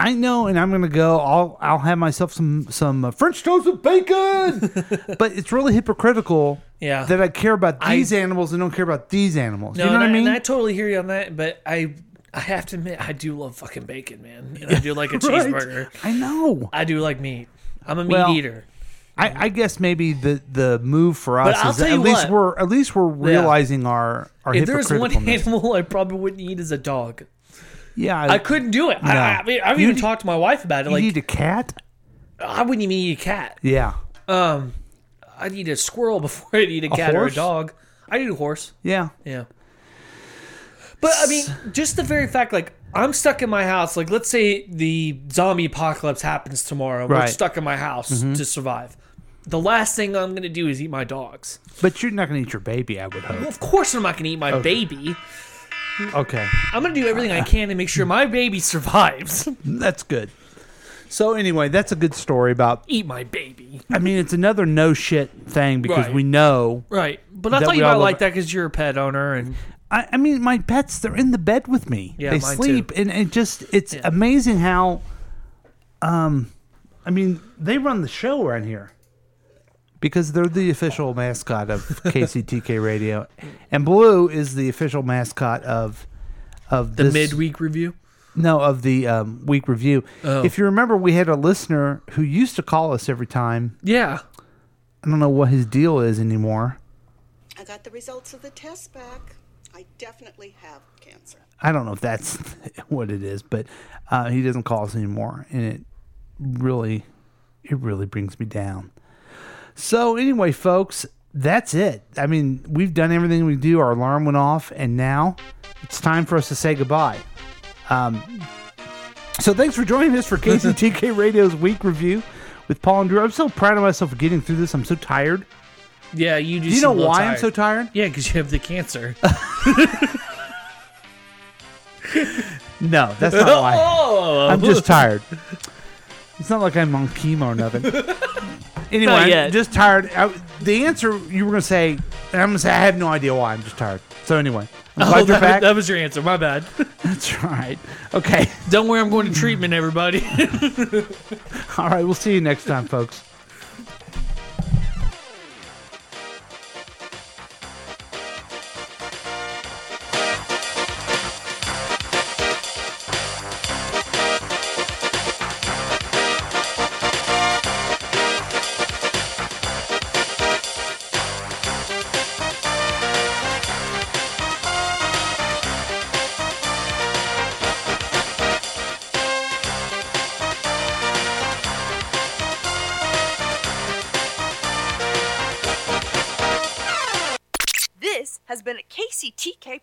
S9: I know, and I'm gonna go. I'll I'll have myself some some uh, French toast with bacon, but it's really hypocritical.
S10: Yeah.
S9: that I care about
S10: I-
S9: these animals and don't care about these animals.
S10: No,
S9: you know
S10: and
S9: what I mean?
S10: And I totally hear you on that, but I I have to admit I do love fucking bacon, man. And I do like a
S9: Right.
S10: cheeseburger.
S9: I know.
S10: I do like meat. I'm a meat
S9: Well,
S10: eater.
S9: I, I guess maybe the, the move for
S10: But
S9: us
S10: I'll
S9: is
S10: tell
S9: at
S10: you
S9: least
S10: what.
S9: we're at least we're
S10: Yeah.
S9: realizing our our
S10: if there's one
S9: hypocriticalness.
S10: animal I probably wouldn't eat is a dog.
S9: yeah,
S10: I, couldn't do it. I-
S9: No.
S10: I, I mean, I've
S9: You
S10: even
S9: need-
S10: talked to my wife about it.
S9: You
S10: Like,
S9: need a cat?
S10: I wouldn't even eat a cat.
S9: Yeah,
S10: Um, I'd eat a squirrel before I'd eat a
S9: A
S10: cat or a
S9: horse?
S10: dog. I'd eat a horse.
S9: yeah.
S10: Yeah. But I mean, just the very fact, like, I'm stuck in my house. Like, let's say the zombie apocalypse happens tomorrow. We're
S9: Right.
S10: stuck in my house
S9: Mhm.
S10: to survive. The last thing I'm going to do is eat my dogs.
S9: But you're not going to eat your baby, I would
S10: Well,
S9: hope.
S10: of course, I'm not going to eat my
S9: Okay.
S10: baby.
S9: Okay,
S10: I'm going to do everything I can to make sure my baby survives.
S9: that's good. So anyway, that's a good story about.
S10: eat my baby.
S9: I mean, it's another no shit thing because
S10: Right.
S9: we know.
S10: Right. But I
S9: That
S10: thought
S9: we
S10: you
S9: all
S10: might
S9: love
S10: like
S9: it.
S10: that because you're a pet owner. And
S9: I, I mean, my pets, they're in the bed with me.
S10: Yeah,
S9: they
S10: mine too.
S9: sleep. And it just, it's amazing how, um, I mean, they run the show around here because they're the official mascot of KCTK Radio. And Blue is the official mascot of, of
S10: the
S9: this-
S10: midweek review.
S9: No, of the um, week review.
S10: Oh.
S9: If you remember, we had a listener who used to call us every time.
S10: Yeah.
S9: I don't know what his deal is anymore.
S2: I got the results of the test back. I definitely have cancer.
S9: I don't know if that's what it is, but uh, he doesn't call us anymore, and it really, it really brings me down. So anyway, folks, that's it. I mean, we've done everything we do. Our alarm went off, and now it's time for us to say goodbye. Um, so thanks for joining us for KCTK Radio's week review with Paul and Drew. I'm so proud of myself for getting through this. I'm so tired.
S10: Yeah, you do.
S9: Do you
S10: seem
S9: know
S10: a little
S9: why I'm so Oh, tired?
S10: Yeah, because you have the cancer.
S9: No, that's not why.
S10: Oh.
S9: I'm just tired. It's not like I'm on chemo or nothing. anyway,
S10: Not
S9: I'm
S10: yet.
S9: just tired. I, the answer you were gonna say, and I'm gonna say I have no idea why. I'm just tired. So anyway, I'm glad
S10: Oh,
S9: you're
S10: that,
S9: back.
S10: that was your answer. My bad.
S9: That's right. Okay.
S10: Don't worry, I'm going to treatment, everybody.
S9: All right, we'll see you next time, folks.
S8: has been a KCTK